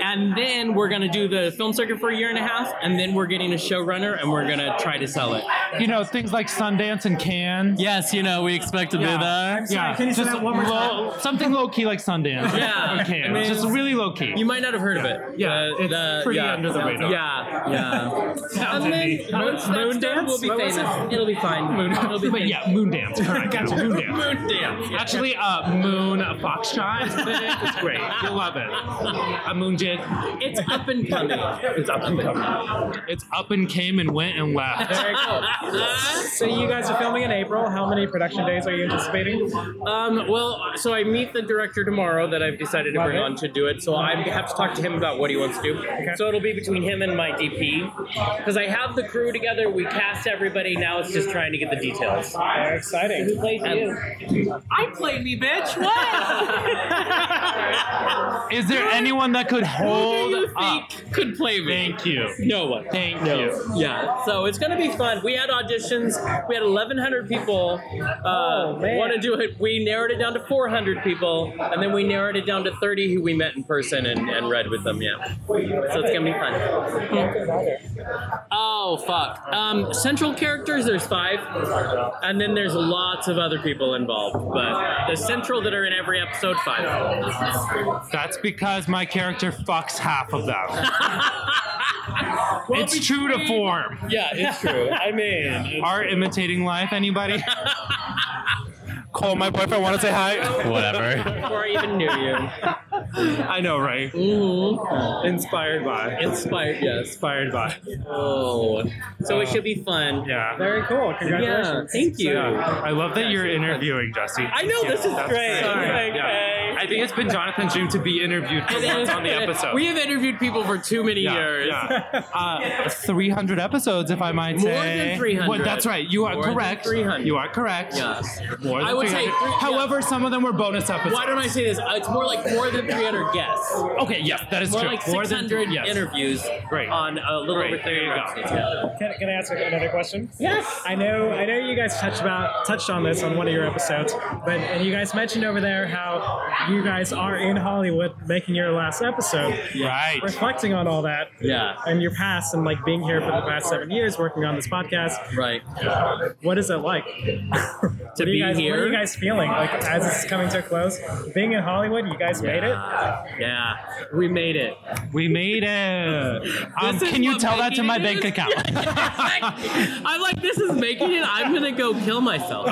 [SPEAKER 5] and then we're gonna do the film circuit for a year and a half, and then we're getting a showrunner, and we're gonna
[SPEAKER 4] gonna try to sell it.
[SPEAKER 12] You know, things like Sundance and Cannes.
[SPEAKER 4] Yes, you know, we expect to be there. I'm sorry, can you say that one more
[SPEAKER 12] Uh, low- Something low key like Sundance.
[SPEAKER 4] Yeah.
[SPEAKER 12] Or Cannes.
[SPEAKER 4] I mean,
[SPEAKER 12] just really low key.
[SPEAKER 4] You might not have heard of it.
[SPEAKER 12] Yeah,
[SPEAKER 4] The-
[SPEAKER 12] it's
[SPEAKER 4] the-
[SPEAKER 12] pretty
[SPEAKER 4] yeah.
[SPEAKER 12] under the radar.
[SPEAKER 4] Yeah, yeah.
[SPEAKER 12] Sounds
[SPEAKER 4] and then once
[SPEAKER 12] indie. Moon-
[SPEAKER 4] that's
[SPEAKER 12] Moon
[SPEAKER 4] done, We'll be
[SPEAKER 12] Dance? What was
[SPEAKER 4] famous. It'll be fine. Moon, it'll be
[SPEAKER 12] But
[SPEAKER 4] fine.
[SPEAKER 12] yeah, Moon Dance. Correct. Gotcha. Moon Dance.
[SPEAKER 4] Moon dance. yeah.
[SPEAKER 12] Actually, uh, Moon Foxtrot. It's great. You'll love it. A Moon Jig.
[SPEAKER 4] It's up and coming.
[SPEAKER 12] It's up and coming. It's up and came and went and left.
[SPEAKER 11] There you go. [LAUGHS] So you guys are filming in April. How many production days are you anticipating?
[SPEAKER 5] Um, well, so I meet the director tomorrow that I've decided to
[SPEAKER 11] Love
[SPEAKER 5] bring
[SPEAKER 11] it.
[SPEAKER 5] on to do it. So I have to talk to him about what he wants to do. So it'll be between him and my DP because I have the crew together. We cast everybody. Now it's just trying to get the details.
[SPEAKER 11] Very exciting.
[SPEAKER 5] Who plays you?
[SPEAKER 11] I played me, bitch. What?
[SPEAKER 12] [LAUGHS] Is there anyone that could hold
[SPEAKER 5] you
[SPEAKER 12] up?
[SPEAKER 5] Could play me.
[SPEAKER 12] Thank you.
[SPEAKER 5] No one.
[SPEAKER 12] Thank
[SPEAKER 5] No.
[SPEAKER 12] you.
[SPEAKER 5] Yeah. So it's gonna be fun. We had auditions. We had 1,100 people uh, want to do it. We narrowed it down to 400 people, and then we narrowed it down to 30 who we met in person and, and read with them. Yeah. So it's gonna be fun. Oh fuck. Um, central characters. There's five, and then there's lots of other people involved. But the central that are in every episode, five. [LAUGHS]
[SPEAKER 12] That's because my character fucks half of them.
[SPEAKER 5] Well,
[SPEAKER 12] It's true to
[SPEAKER 5] between-
[SPEAKER 12] form.
[SPEAKER 5] Yeah, it's true. I mean, it's-
[SPEAKER 12] Art imitating life, anybody? [LAUGHS] Call my boyfriend, want to say hi?
[SPEAKER 4] Whatever.
[SPEAKER 5] before I even knew
[SPEAKER 12] [LAUGHS]
[SPEAKER 5] you.
[SPEAKER 12] I know, right? Inspired by.
[SPEAKER 5] Inspired, yes.
[SPEAKER 12] Inspired by.
[SPEAKER 5] Oh, so it should be fun.
[SPEAKER 12] Yeah.
[SPEAKER 11] Very cool.
[SPEAKER 5] Yeah,
[SPEAKER 11] Congratulations.
[SPEAKER 5] thank you.
[SPEAKER 12] I love that you're interviewing Jesse.
[SPEAKER 5] I know this is great. Like,
[SPEAKER 12] Yeah.
[SPEAKER 5] hey.
[SPEAKER 12] I think it's been Jonathan's dream to be interviewed [LAUGHS] for once on the episode.
[SPEAKER 5] We have interviewed people for too many
[SPEAKER 12] Yeah,
[SPEAKER 5] years.
[SPEAKER 11] [LAUGHS]
[SPEAKER 12] yeah. Uh, 300 episodes, if I might
[SPEAKER 5] More
[SPEAKER 12] say.
[SPEAKER 5] than 300.
[SPEAKER 12] Well, that's right. You are
[SPEAKER 5] More than
[SPEAKER 12] correct.
[SPEAKER 5] 300.
[SPEAKER 12] You are correct.
[SPEAKER 5] Yes.
[SPEAKER 12] More than
[SPEAKER 5] I would say
[SPEAKER 12] 300.
[SPEAKER 5] three- yeah.
[SPEAKER 12] However, some of them were bonus episodes.
[SPEAKER 5] Why don't I say this? Uh, It's more like more than 300 guests.
[SPEAKER 12] Okay, yes, that is
[SPEAKER 5] More
[SPEAKER 12] true.
[SPEAKER 5] like
[SPEAKER 12] More than-
[SPEAKER 5] 600
[SPEAKER 12] yes.
[SPEAKER 5] interviews
[SPEAKER 12] Great.
[SPEAKER 5] on a little
[SPEAKER 12] Great.
[SPEAKER 5] over 30
[SPEAKER 12] There you go.
[SPEAKER 5] episodes. Yeah.
[SPEAKER 11] Can, can I ask another question?
[SPEAKER 5] Yes.
[SPEAKER 11] I know, I know you guys touched about touched on this on one of your episodes, but and you guys mentioned over there how you guys are in Hollywood making your last episode,
[SPEAKER 12] Right.
[SPEAKER 11] reflecting on all that
[SPEAKER 5] Yeah.
[SPEAKER 11] and your past and like being here for the past seven years working on this podcast.
[SPEAKER 5] Right.
[SPEAKER 11] What is it [LAUGHS] like to
[SPEAKER 5] be
[SPEAKER 11] you guys, What
[SPEAKER 5] here?
[SPEAKER 11] are you guys feeling like as it's coming to a close? Being in Hollywood, you guys made it.
[SPEAKER 5] Yeah. We made it.
[SPEAKER 12] We made it. Um,
[SPEAKER 5] This is
[SPEAKER 12] can you
[SPEAKER 5] what
[SPEAKER 12] tell that to
[SPEAKER 5] making
[SPEAKER 12] my
[SPEAKER 5] it
[SPEAKER 12] bank
[SPEAKER 5] is? [LAUGHS]
[SPEAKER 12] account?
[SPEAKER 5] I'm like, this is making it. I'm gonna go kill myself.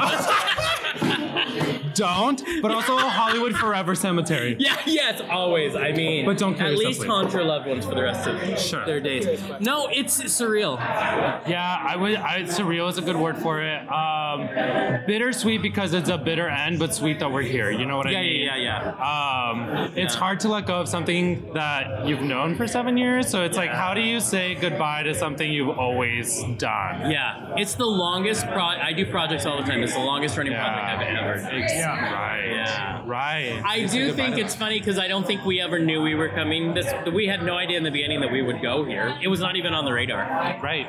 [SPEAKER 12] Don't, but also Hollywood Forever Cemetery.
[SPEAKER 5] [LAUGHS] Yeah, yes, always. I mean,
[SPEAKER 12] But don't kill
[SPEAKER 5] at
[SPEAKER 12] yourself,
[SPEAKER 5] least
[SPEAKER 12] please.
[SPEAKER 5] haunt your loved ones for the rest of
[SPEAKER 12] Sure.
[SPEAKER 5] their days. No, it's surreal.
[SPEAKER 12] Yeah, I would. I, surreal is a good word for it. Um, bittersweet because it's a bitter end, but sweet that we're here. You know what
[SPEAKER 5] Yeah,
[SPEAKER 12] I mean?
[SPEAKER 5] yeah, yeah, yeah.
[SPEAKER 12] yeah. Um, it's
[SPEAKER 5] Yeah.
[SPEAKER 12] hard to let go of something that you've known for seven years. So it's like, how do you say goodbye to something you've always done?
[SPEAKER 5] Yeah, it's the longest pro. I do projects all the time. It's the longest running project I've ever.
[SPEAKER 12] Ex- Right.
[SPEAKER 5] Yeah.
[SPEAKER 12] Right.
[SPEAKER 5] I do think it's funny because I don't think we ever knew we were coming. This we had no idea in the beginning that we would go here. It was not even on the radar.
[SPEAKER 12] Right.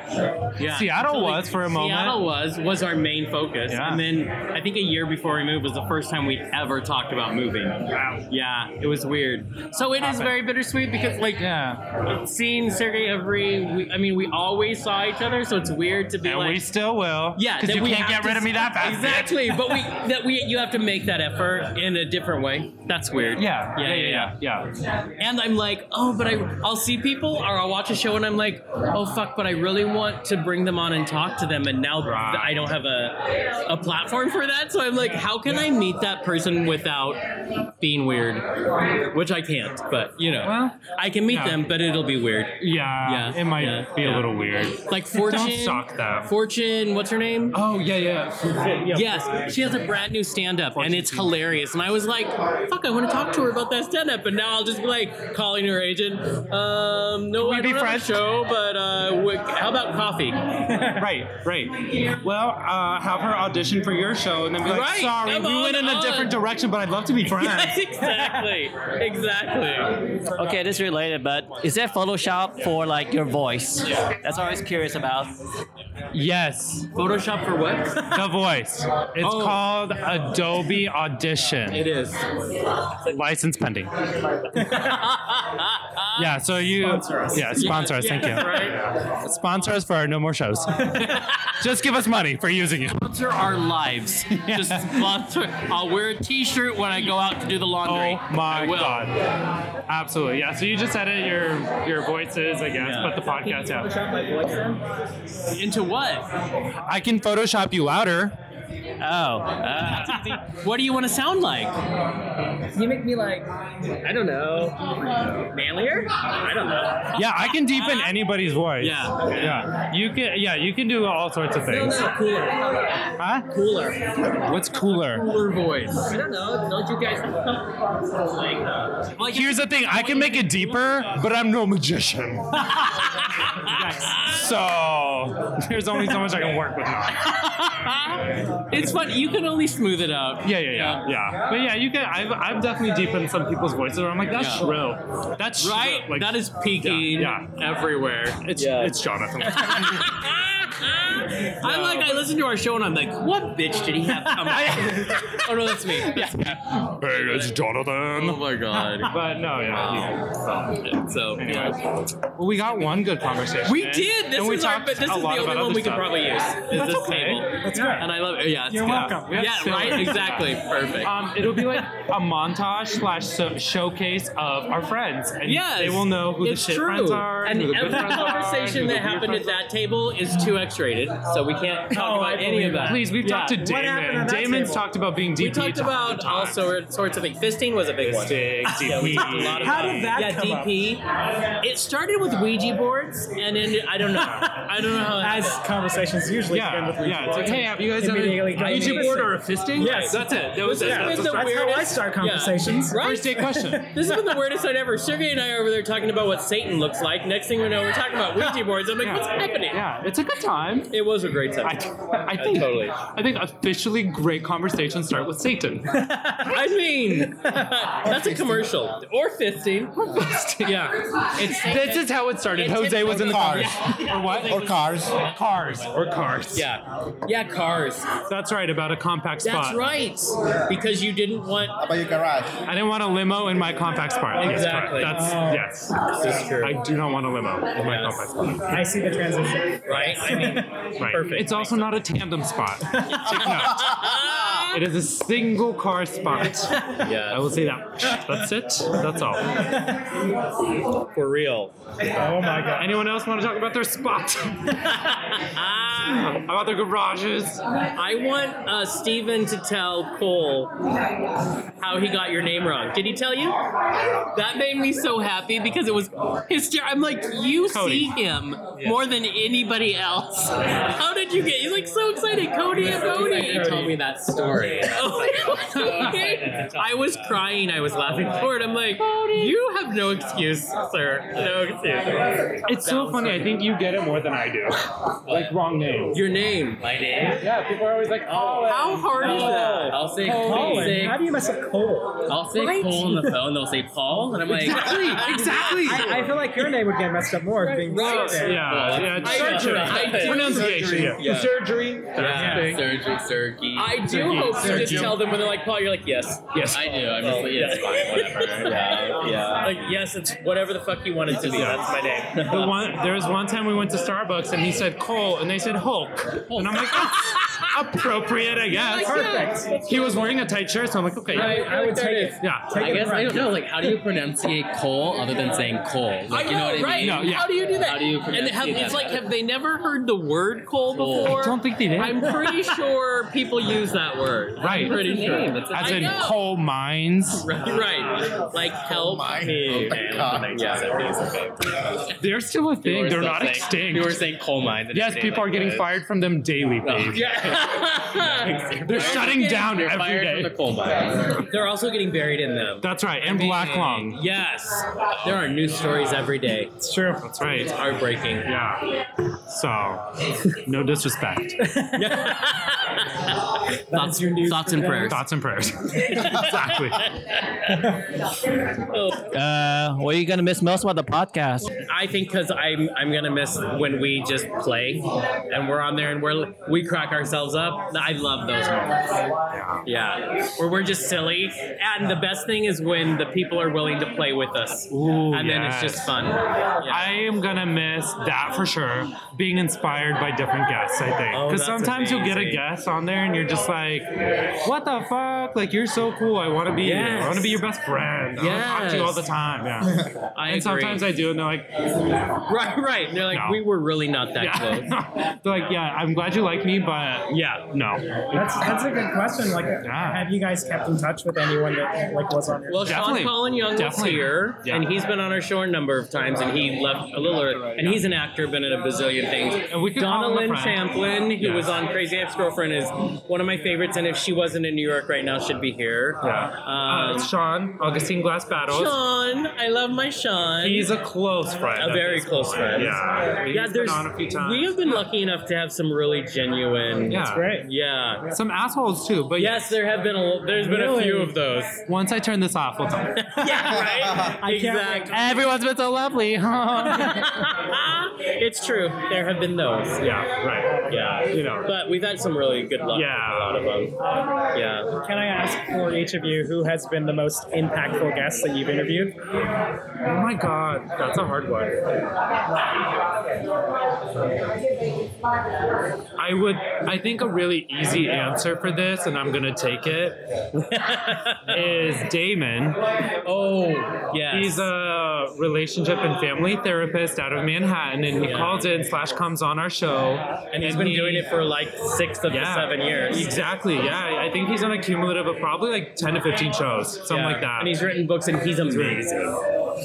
[SPEAKER 5] Yeah,
[SPEAKER 12] Seattle
[SPEAKER 5] So, like,
[SPEAKER 12] was for a moment.
[SPEAKER 5] Seattle was was our main focus,
[SPEAKER 12] Yeah.
[SPEAKER 5] and then I think a year before we moved was the first time we ever talked about moving. Wow. Yeah, it was weird. So it is very bittersweet because like
[SPEAKER 12] Yeah.
[SPEAKER 5] seeing Sergey every. We, I mean, we always saw each other, so it's weird to be
[SPEAKER 12] And
[SPEAKER 5] like.
[SPEAKER 12] we still will.
[SPEAKER 5] yeah,
[SPEAKER 12] Because
[SPEAKER 5] that
[SPEAKER 12] you
[SPEAKER 5] we
[SPEAKER 12] can't
[SPEAKER 5] have
[SPEAKER 12] get
[SPEAKER 5] to-
[SPEAKER 12] rid of me that fast.
[SPEAKER 5] Exactly, but we that we you have to make that effort in a different way. That's weird.
[SPEAKER 12] [LAUGHS] Yeah.
[SPEAKER 5] yeah, yeah. yeah.
[SPEAKER 12] Yeah.
[SPEAKER 5] And I'm like, oh, but I, I'll see people or I'll watch a show and I'm like, oh fuck, but I really want to bring them on and talk to them. And now th-
[SPEAKER 12] Right.
[SPEAKER 5] I don't have a, a platform for that. So I'm like, how can I meet that person without being weird? Which I can't, but you know,
[SPEAKER 12] Well,
[SPEAKER 5] I can meet
[SPEAKER 12] yeah.
[SPEAKER 5] them, but it'll be weird.
[SPEAKER 12] Yeah,
[SPEAKER 5] Yeah,
[SPEAKER 12] it might
[SPEAKER 5] yeah,
[SPEAKER 12] be a
[SPEAKER 5] yeah.
[SPEAKER 12] little weird.
[SPEAKER 5] Like Fortune.
[SPEAKER 12] Don't sock them.
[SPEAKER 5] Fortune, what's her name?
[SPEAKER 12] Oh yeah, yeah.
[SPEAKER 5] Yes, she has a brand new stand up and it's hilarious. And I was like, fuck, I want to talk to her about that stand up. And now I'll just be like calling her agent. Um, no,
[SPEAKER 12] we
[SPEAKER 5] I
[SPEAKER 12] be
[SPEAKER 5] don't have a
[SPEAKER 12] friends?
[SPEAKER 5] show, but uh, we, how about coffee?
[SPEAKER 12] Right, right. Well, uh, have her audition for your show and [LAUGHS] then be like,
[SPEAKER 5] Right,
[SPEAKER 12] sorry,
[SPEAKER 5] come
[SPEAKER 12] we went
[SPEAKER 5] on
[SPEAKER 12] in a
[SPEAKER 5] on."
[SPEAKER 12] different direction, but I'd love
[SPEAKER 5] [LAUGHS]
[SPEAKER 12] to be friends.
[SPEAKER 5] exactly. Exactly.
[SPEAKER 15] Okay, this is related, but is there Photoshop for like your voice? That's what I was curious about.
[SPEAKER 12] yes,
[SPEAKER 5] Photoshop for what? [LAUGHS]
[SPEAKER 12] the voice. It's
[SPEAKER 5] Oh.
[SPEAKER 12] called Adobe Audition.
[SPEAKER 5] It is.
[SPEAKER 12] License pending. Yeah, so you
[SPEAKER 11] Sponsor us.
[SPEAKER 12] Yeah, sponsor us.
[SPEAKER 11] Yeah,
[SPEAKER 12] Thank you.
[SPEAKER 11] right.
[SPEAKER 12] Sponsor us for our no more [LAUGHS] shows. Just give us money for using it.
[SPEAKER 5] Sponsor our
[SPEAKER 12] [LAUGHS]
[SPEAKER 5] lives. Just sponsor. I'll wear a T-shirt when I go out to do the laundry.
[SPEAKER 12] Oh my
[SPEAKER 5] I will.
[SPEAKER 12] god. Absolutely. Yeah. So you just edit your your voices, I guess, but the podcast out.
[SPEAKER 5] Into what?
[SPEAKER 12] I can Photoshop you louder.
[SPEAKER 5] Oh. what do you want to sound like?
[SPEAKER 16] You make me like, I don't know, manlier? I don't know.
[SPEAKER 12] Yeah, I can deepen anybody's voice.
[SPEAKER 16] Yeah.
[SPEAKER 12] Yeah. You can yeah, you can do all sorts of things.
[SPEAKER 16] cooler.
[SPEAKER 12] Huh?
[SPEAKER 16] Cooler.
[SPEAKER 12] What's cooler?
[SPEAKER 16] Cooler voice. I don't know. Don't you guys like? uh, Like
[SPEAKER 12] Here's the thing, I can make it deeper, but I'm no magician.
[SPEAKER 5] [LAUGHS]
[SPEAKER 12] So there's only so much I can work with now.
[SPEAKER 5] It's fun. You can only smooth it up.
[SPEAKER 12] Yeah, yeah, yeah, yeah. But yeah, you can. I've, I've definitely deepened some people's voices. Where I'm like, that's
[SPEAKER 5] Yeah.
[SPEAKER 12] shrill. That's
[SPEAKER 5] Right?
[SPEAKER 12] Shrill. Like
[SPEAKER 5] That is peaking
[SPEAKER 12] Yeah,
[SPEAKER 5] everywhere.
[SPEAKER 12] It's it's
[SPEAKER 5] [LAUGHS]
[SPEAKER 12] Jonathan.
[SPEAKER 5] I like. I listen to our show and I'm like, what bitch did he have? Come
[SPEAKER 12] [LAUGHS]
[SPEAKER 5] on. oh no, that's me. That's me.
[SPEAKER 12] hey, it's Jonathan.
[SPEAKER 5] Oh my god. [LAUGHS]
[SPEAKER 12] but no, yeah.
[SPEAKER 5] Wow. So yeah.
[SPEAKER 12] Well, we got one good conversation.
[SPEAKER 5] We
[SPEAKER 12] in,
[SPEAKER 5] did. This
[SPEAKER 12] and we
[SPEAKER 5] is our.
[SPEAKER 12] talked
[SPEAKER 5] But this is
[SPEAKER 12] a
[SPEAKER 5] the
[SPEAKER 12] lot
[SPEAKER 5] only
[SPEAKER 12] about
[SPEAKER 5] one
[SPEAKER 12] other
[SPEAKER 5] we could
[SPEAKER 12] stuff.
[SPEAKER 5] probably use. Is
[SPEAKER 12] That's
[SPEAKER 5] this
[SPEAKER 12] okay.
[SPEAKER 5] table?
[SPEAKER 12] That's
[SPEAKER 5] yeah.
[SPEAKER 12] good.
[SPEAKER 5] And I love it. Yeah. It's
[SPEAKER 12] You're
[SPEAKER 5] good.
[SPEAKER 12] welcome. We have
[SPEAKER 5] Yeah.
[SPEAKER 12] to fill
[SPEAKER 5] Right.
[SPEAKER 12] it. [LAUGHS]
[SPEAKER 5] Exactly. Uh, Perfect.
[SPEAKER 12] Um, it'll be like a montage slash so- showcase of our friends, and
[SPEAKER 5] Yes,
[SPEAKER 12] they will know who
[SPEAKER 5] it's
[SPEAKER 12] the shit
[SPEAKER 5] true.
[SPEAKER 12] friends are,
[SPEAKER 5] And
[SPEAKER 12] who the good
[SPEAKER 5] every
[SPEAKER 12] friends are,
[SPEAKER 5] conversation
[SPEAKER 12] who the
[SPEAKER 5] that
[SPEAKER 12] weird
[SPEAKER 5] happened at
[SPEAKER 12] friends Oh,
[SPEAKER 5] that table is too X-rated, so we can't talk
[SPEAKER 12] are.
[SPEAKER 5] about any of that.
[SPEAKER 12] Please, we've
[SPEAKER 5] Yeah.
[SPEAKER 12] talked to Damon. Damon's talked about being DP.
[SPEAKER 5] We talked about all sor- sorts of things. Fisting was a big one.
[SPEAKER 12] Fisting,
[SPEAKER 5] Yeah, we
[SPEAKER 12] DP.
[SPEAKER 5] talked a lot
[SPEAKER 12] How
[SPEAKER 5] about-
[SPEAKER 12] did that
[SPEAKER 5] Yeah,
[SPEAKER 12] come up?
[SPEAKER 5] DP. It started with Ouija boards, and then I don't know. I don't know how.
[SPEAKER 11] As
[SPEAKER 5] that-
[SPEAKER 11] conversations usually
[SPEAKER 12] Yeah,
[SPEAKER 11] begin with Ouija
[SPEAKER 12] yeah. It's
[SPEAKER 11] boards.
[SPEAKER 12] like, hey, have you guys done
[SPEAKER 11] Immediately go
[SPEAKER 12] a Ouija
[SPEAKER 11] to-
[SPEAKER 12] board or a fisting?
[SPEAKER 11] Yes.
[SPEAKER 12] that's it. That was
[SPEAKER 5] This
[SPEAKER 12] it.
[SPEAKER 5] has been
[SPEAKER 12] That's
[SPEAKER 5] the
[SPEAKER 12] the start.
[SPEAKER 11] That's how I
[SPEAKER 5] weirdest-
[SPEAKER 11] start
[SPEAKER 5] yeah.
[SPEAKER 11] conversations.
[SPEAKER 5] Right?
[SPEAKER 12] First date question.
[SPEAKER 5] [LAUGHS] This has been the weirdest night ever. Sergey and I are over there talking about what Satan looks like. Next thing we know, we're talking about Ouija boards. I'm like, what's happening?
[SPEAKER 12] Yeah, it's a good time.
[SPEAKER 5] It was a great time.
[SPEAKER 12] I, I think
[SPEAKER 5] totally.
[SPEAKER 12] I think officially great conversations start with Satan.
[SPEAKER 5] I mean, [LAUGHS] that's a commercial. Or 15. Yeah. It's,
[SPEAKER 12] this is how it started.
[SPEAKER 5] It's-
[SPEAKER 12] Jose was in the
[SPEAKER 13] Cars.
[SPEAKER 12] [LAUGHS] Or what?
[SPEAKER 13] Or cars.
[SPEAKER 12] Cars. Or cars.
[SPEAKER 5] Yeah. Yeah, cars.
[SPEAKER 12] That's right, about a compact spot.
[SPEAKER 5] That's right. Because you didn't want.
[SPEAKER 13] About your garage.
[SPEAKER 12] I didn't want a limo in my compact spot. Yes, correct.
[SPEAKER 5] Exactly.
[SPEAKER 12] That's, yes.
[SPEAKER 5] This is true.
[SPEAKER 12] I do not want a limo in my
[SPEAKER 5] Yes.
[SPEAKER 12] compact spot.
[SPEAKER 11] I see the transition.
[SPEAKER 5] Right? I
[SPEAKER 12] [LAUGHS]
[SPEAKER 5] mean,
[SPEAKER 12] Right.
[SPEAKER 5] Perfect.
[SPEAKER 12] It's also not a tandem spot. Take note. It is a single car spot.
[SPEAKER 5] [LAUGHS]
[SPEAKER 12] I
[SPEAKER 5] yeah.
[SPEAKER 12] will say that. That's it. That's all.
[SPEAKER 5] For real.
[SPEAKER 11] Oh my god.
[SPEAKER 12] Anyone else want to talk about their spot? [LAUGHS]
[SPEAKER 5] [LAUGHS]
[SPEAKER 12] about their garages?
[SPEAKER 5] I want uh, Steven to tell Cole how he got your name wrong. Did he tell you? That made me so happy because it was hyster- I'm like, you
[SPEAKER 12] Cody.
[SPEAKER 5] see him more than anybody else. How did you get? He's like so excited, Cody and Cody. Oh,
[SPEAKER 16] He told me that story.
[SPEAKER 5] [LAUGHS] I was crying. I was laughing forward. I'm like, you have no excuse, sir. No excuse.
[SPEAKER 12] It's so funny. I think you get it more than I do. like wrong name.
[SPEAKER 5] Your name.
[SPEAKER 16] My name?
[SPEAKER 12] Yeah, people are always like, oh,
[SPEAKER 5] How hard is that?
[SPEAKER 16] I'll say Cole.
[SPEAKER 11] Colin.
[SPEAKER 16] Say-
[SPEAKER 11] How do you mess up Cole?
[SPEAKER 16] I'll say
[SPEAKER 11] Right?
[SPEAKER 16] Cole on the phone. They'll say Paul, and I'm like,
[SPEAKER 12] exactly, exactly.
[SPEAKER 11] I, I feel like your name would get messed up more. Being
[SPEAKER 5] Right.
[SPEAKER 11] there.
[SPEAKER 12] yeah, yeah. it's
[SPEAKER 5] I-
[SPEAKER 12] surgery.
[SPEAKER 5] I do-
[SPEAKER 12] Pronunciation. Yeah.
[SPEAKER 16] Yeah.
[SPEAKER 12] Surgery.
[SPEAKER 16] yeah, Sergi, Sergi.
[SPEAKER 5] I do hope you just tell them when they're like, Paul, you're like, yes.
[SPEAKER 12] Yes.
[SPEAKER 16] I do. I'm just like, yeah, it's fine,
[SPEAKER 12] [LAUGHS]
[SPEAKER 16] whatever. Yeah, yeah.
[SPEAKER 5] Like, yes, it's whatever the fuck you want it to be. That's my [LAUGHS] name.
[SPEAKER 12] The one, there was one time we went to Starbucks and he said Cole and they said Hulk. And I'm like, that's appropriate, I guess. Perfect. He was wearing a tight shirt, so I'm like, okay.
[SPEAKER 11] I, I would take it.
[SPEAKER 12] Yeah.
[SPEAKER 11] Take
[SPEAKER 16] I
[SPEAKER 11] it
[SPEAKER 16] guess
[SPEAKER 11] right.
[SPEAKER 16] I don't know. Like, how do you pronunciate Cole other than saying Cole? Like, you know what I mean?
[SPEAKER 5] right?
[SPEAKER 12] No, yeah.
[SPEAKER 5] How do you do that?
[SPEAKER 16] How do you
[SPEAKER 5] and have,
[SPEAKER 16] pronunciate
[SPEAKER 5] it's
[SPEAKER 16] that?
[SPEAKER 5] like, have they never heard the word Cole
[SPEAKER 16] Cole.
[SPEAKER 5] before?
[SPEAKER 12] I don't think they did.
[SPEAKER 5] I'm
[SPEAKER 12] [LAUGHS]
[SPEAKER 5] pretty sure people use that word.
[SPEAKER 12] Right.
[SPEAKER 5] I'm pretty
[SPEAKER 16] That's a
[SPEAKER 5] sure.
[SPEAKER 16] name. That's a-
[SPEAKER 12] As
[SPEAKER 5] I
[SPEAKER 12] in
[SPEAKER 5] know.
[SPEAKER 12] coal mines.
[SPEAKER 5] Right, right. Like help me.
[SPEAKER 12] They're still a
[SPEAKER 16] You
[SPEAKER 12] thing.
[SPEAKER 16] were
[SPEAKER 12] They're
[SPEAKER 16] still
[SPEAKER 12] not
[SPEAKER 16] saying-
[SPEAKER 12] extinct.
[SPEAKER 16] You were saying coal mines. and
[SPEAKER 12] yes,
[SPEAKER 16] everything
[SPEAKER 12] people
[SPEAKER 16] like
[SPEAKER 12] are getting
[SPEAKER 16] that.
[SPEAKER 12] fired from them daily,
[SPEAKER 5] Oh,
[SPEAKER 12] babe.
[SPEAKER 16] [LAUGHS]
[SPEAKER 5] Yeah.
[SPEAKER 12] They're shutting down
[SPEAKER 16] They're
[SPEAKER 12] every
[SPEAKER 16] fired from the
[SPEAKER 12] day.
[SPEAKER 16] coal mines.
[SPEAKER 5] They're also getting buried in them.
[SPEAKER 12] That's right, and black lung.
[SPEAKER 5] Yes. There are new stories every day.
[SPEAKER 11] It's true.
[SPEAKER 12] That's right.
[SPEAKER 5] It's heartbreaking.
[SPEAKER 12] Yeah. So, no disrespect.
[SPEAKER 11] Thoughts, thoughts and prayers.
[SPEAKER 12] Thoughts and prayers.
[SPEAKER 15] exactly. uh, what are you gonna miss most about the podcast?
[SPEAKER 5] I think because I'm I'm gonna miss when we just play and we're on there and we're we crack ourselves up. I love those moments. Yeah, where we're just silly. And the best thing is when the people are willing to play with us, and then it's
[SPEAKER 12] yes.
[SPEAKER 5] just fun.
[SPEAKER 12] I am gonna miss that for sure. Being inspired by different guests, I think,
[SPEAKER 5] Oh, that's
[SPEAKER 12] because sometimes you'll get a
[SPEAKER 5] amazing.
[SPEAKER 12] guest on there and you're just like, "What the fuck? Like you're so cool. I want to be. I want to be your best friend. I want to talk to you all the
[SPEAKER 5] Yes.
[SPEAKER 12] time." Yeah.
[SPEAKER 5] [LAUGHS] I agree.
[SPEAKER 12] and sometimes I do, and they're like,
[SPEAKER 5] [LAUGHS] Right, right. And they're like, we were really not that close.
[SPEAKER 12] [LAUGHS] They're like, yeah, I'm glad you like me, but yeah, no.
[SPEAKER 11] That's that's a good question. Like, have you guys kept in touch with anyone that like was on your?
[SPEAKER 5] Well, Sean Colin Young was here, and he's been on our show a number of times, and he left a little early. And he's an actor, been in a bazillion things.
[SPEAKER 12] And we could
[SPEAKER 5] Donna
[SPEAKER 12] call him a
[SPEAKER 5] Lynn
[SPEAKER 12] friend.
[SPEAKER 5] Champlin, who
[SPEAKER 12] Yes.
[SPEAKER 5] was on Crazy Ex-Girlfriend, is one of my favorites, and if she wasn't in New York right now, she'd be here.
[SPEAKER 12] Uh,
[SPEAKER 5] Um,
[SPEAKER 12] Sean Augustine Glass Battles.
[SPEAKER 5] Sean, I love my Sean.
[SPEAKER 12] He's a close friend.
[SPEAKER 5] A
[SPEAKER 12] at
[SPEAKER 5] very
[SPEAKER 12] this
[SPEAKER 5] close
[SPEAKER 12] point.
[SPEAKER 5] friend.
[SPEAKER 12] Yeah. He's
[SPEAKER 5] yeah.
[SPEAKER 12] been
[SPEAKER 5] There's
[SPEAKER 12] on a few times.
[SPEAKER 5] we have been lucky enough to have some really genuine.
[SPEAKER 12] Yeah. That's great.
[SPEAKER 5] Yeah.
[SPEAKER 12] Some assholes too, but
[SPEAKER 5] Oh, yes, there have been a there's been a few of those.
[SPEAKER 12] Once I turn this off,
[SPEAKER 5] [LAUGHS]
[SPEAKER 12] we'll talk. [LAUGHS]
[SPEAKER 5] exactly.
[SPEAKER 15] Everyone's been so lovely.
[SPEAKER 5] [LAUGHS] it's true. There have been those.
[SPEAKER 12] Yeah, right.
[SPEAKER 5] Yeah,
[SPEAKER 12] you know.
[SPEAKER 5] But we've had some really good luck.
[SPEAKER 12] Yeah.
[SPEAKER 5] with a lot of them. Yeah. [LAUGHS]
[SPEAKER 11] Can I ask for each of you who has been the most impactful guest that you've interviewed?
[SPEAKER 12] Oh my god, that's a hard one. I would, I think a really easy answer for this, and I'm gonna take it, is Damon.
[SPEAKER 5] Oh, yeah.
[SPEAKER 12] He's a relationship and family therapist out of Manhattan, and he calls in slash comes on our show. And
[SPEAKER 5] he's been doing it for, like, six of the
[SPEAKER 12] yeah,
[SPEAKER 5] seven years.
[SPEAKER 12] Exactly, yeah. I think he's on a cumulative of probably like 10 to 15 shows, something
[SPEAKER 5] Yeah.
[SPEAKER 12] like that.
[SPEAKER 5] And he's written books, and he's amazing.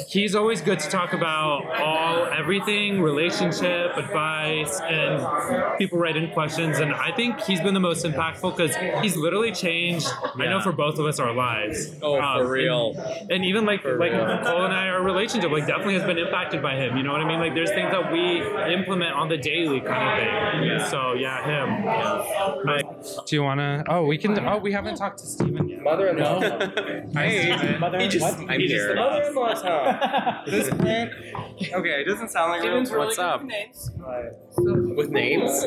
[SPEAKER 12] He's always good to talk about all everything, relationship, advice, and people write in questions. And I think he's been the most impactful because he's literally changed. I know for both of us our lives. Um,
[SPEAKER 5] Oh, for real.
[SPEAKER 12] And, and even like like Cole and I, our relationship like definitely has been impacted by him. You know what I mean? Like there's things that we implement on the daily kind of thing.
[SPEAKER 5] Yeah.
[SPEAKER 12] So yeah, him. Do you want to? Oh, we can. Oh, we haven't talked to Steven yet.
[SPEAKER 3] Mother-in-law.
[SPEAKER 17] [LAUGHS]
[SPEAKER 12] Hey,
[SPEAKER 3] Mother- He just- what? I'm he just- here. the mother-in-law's
[SPEAKER 17] This man. Okay, it doesn't sound like real.
[SPEAKER 3] Steven's really
[SPEAKER 17] What's
[SPEAKER 3] good
[SPEAKER 17] up?
[SPEAKER 3] with
[SPEAKER 17] With names?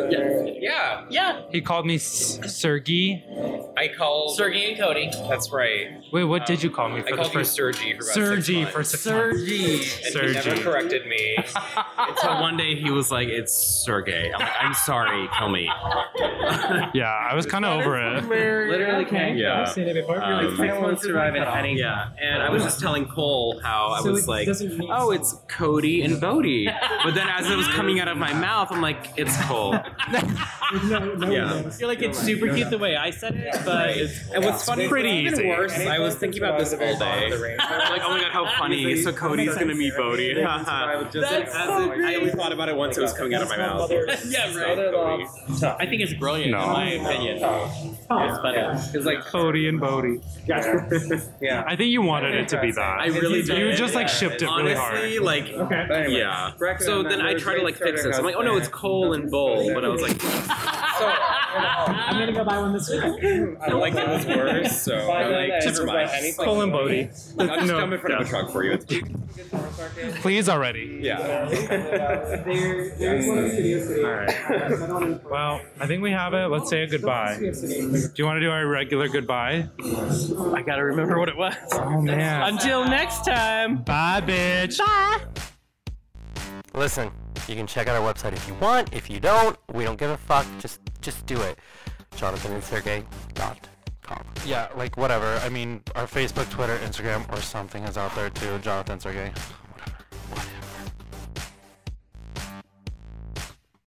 [SPEAKER 17] Yeah.
[SPEAKER 5] Yeah.
[SPEAKER 12] He called me S- Sergey.
[SPEAKER 17] I called
[SPEAKER 5] Sergey and Cody.
[SPEAKER 17] That's right. Um,
[SPEAKER 12] Wait, what did you call me
[SPEAKER 17] I
[SPEAKER 12] for the
[SPEAKER 17] called you
[SPEAKER 12] first?
[SPEAKER 17] Sergi for about
[SPEAKER 12] Sergi
[SPEAKER 17] six
[SPEAKER 12] for
[SPEAKER 17] months.
[SPEAKER 12] six months.
[SPEAKER 17] And he never
[SPEAKER 12] Sergi.
[SPEAKER 17] corrected me. Until one day he was like, "It's Sergey." I'm like, "I'm sorry, kill me."
[SPEAKER 12] yeah, I was kind of over it.
[SPEAKER 17] Literally,
[SPEAKER 11] okay.
[SPEAKER 17] yeah.
[SPEAKER 11] I've seen it before. You're like,
[SPEAKER 17] Um,
[SPEAKER 11] six months
[SPEAKER 17] survive
[SPEAKER 11] in
[SPEAKER 17] in
[SPEAKER 11] the
[SPEAKER 17] any- Yeah, and I was just telling Cole how I
[SPEAKER 11] So
[SPEAKER 17] was
[SPEAKER 11] it
[SPEAKER 17] like,
[SPEAKER 11] doesn't mean-
[SPEAKER 17] "Oh, it's Cody and Bodhi," but then as it
[SPEAKER 11] [LAUGHS]
[SPEAKER 17] was coming out of my mouth, I'm like, "It's Cole."
[SPEAKER 11] no, no
[SPEAKER 17] Yeah.
[SPEAKER 11] one knows.
[SPEAKER 5] You're like, it's super cute the way I said it, but it's
[SPEAKER 17] And what's funny,
[SPEAKER 5] pretty
[SPEAKER 17] pretty even
[SPEAKER 5] easy.
[SPEAKER 17] worse, I was thinking about this all day.
[SPEAKER 5] [LAUGHS]
[SPEAKER 17] I'm like, oh my god, how funny! So Cody's gonna meet Bodhi. That's
[SPEAKER 5] That's so
[SPEAKER 17] I only thought about it once it was coming out of my mouth.
[SPEAKER 5] [LAUGHS] yeah, right. I think it's brilliant,
[SPEAKER 12] No.
[SPEAKER 5] in my opinion.
[SPEAKER 12] Oh.
[SPEAKER 5] It's funny.
[SPEAKER 17] It's like
[SPEAKER 12] Cody and Bodie.
[SPEAKER 17] Yeah. yeah.
[SPEAKER 12] I think you wanted it to be that.
[SPEAKER 17] I really did.
[SPEAKER 12] You just like shipped it really
[SPEAKER 17] Honestly,
[SPEAKER 12] hard.
[SPEAKER 17] like, yeah. So then I try to like fix this. I'm like, oh no, it's Cole and Bull, but I was like,
[SPEAKER 11] I'm gonna go buy one this week.
[SPEAKER 17] I like it was worse. So I'm like, never mind.
[SPEAKER 12] Cole and Bodie.
[SPEAKER 17] I'll just
[SPEAKER 12] No,
[SPEAKER 17] jump in front of a truck for you. It's-
[SPEAKER 12] Please already.
[SPEAKER 17] Yeah.
[SPEAKER 12] All right. Well, I think we have it. Let's say a goodbye. Do you want to do our regular goodbye? I gotta remember what it was. Oh man.
[SPEAKER 4] Until next time.
[SPEAKER 12] Bye, bitch.
[SPEAKER 4] Bye.
[SPEAKER 2] Listen, you can check out our website if you want. If you don't, we don't give a fuck. Just just do it. Jonathan and Sergey dot com. Yeah, like whatever. I mean, our Facebook, Twitter, Instagram, or something is out there too. Jonathan Sergey.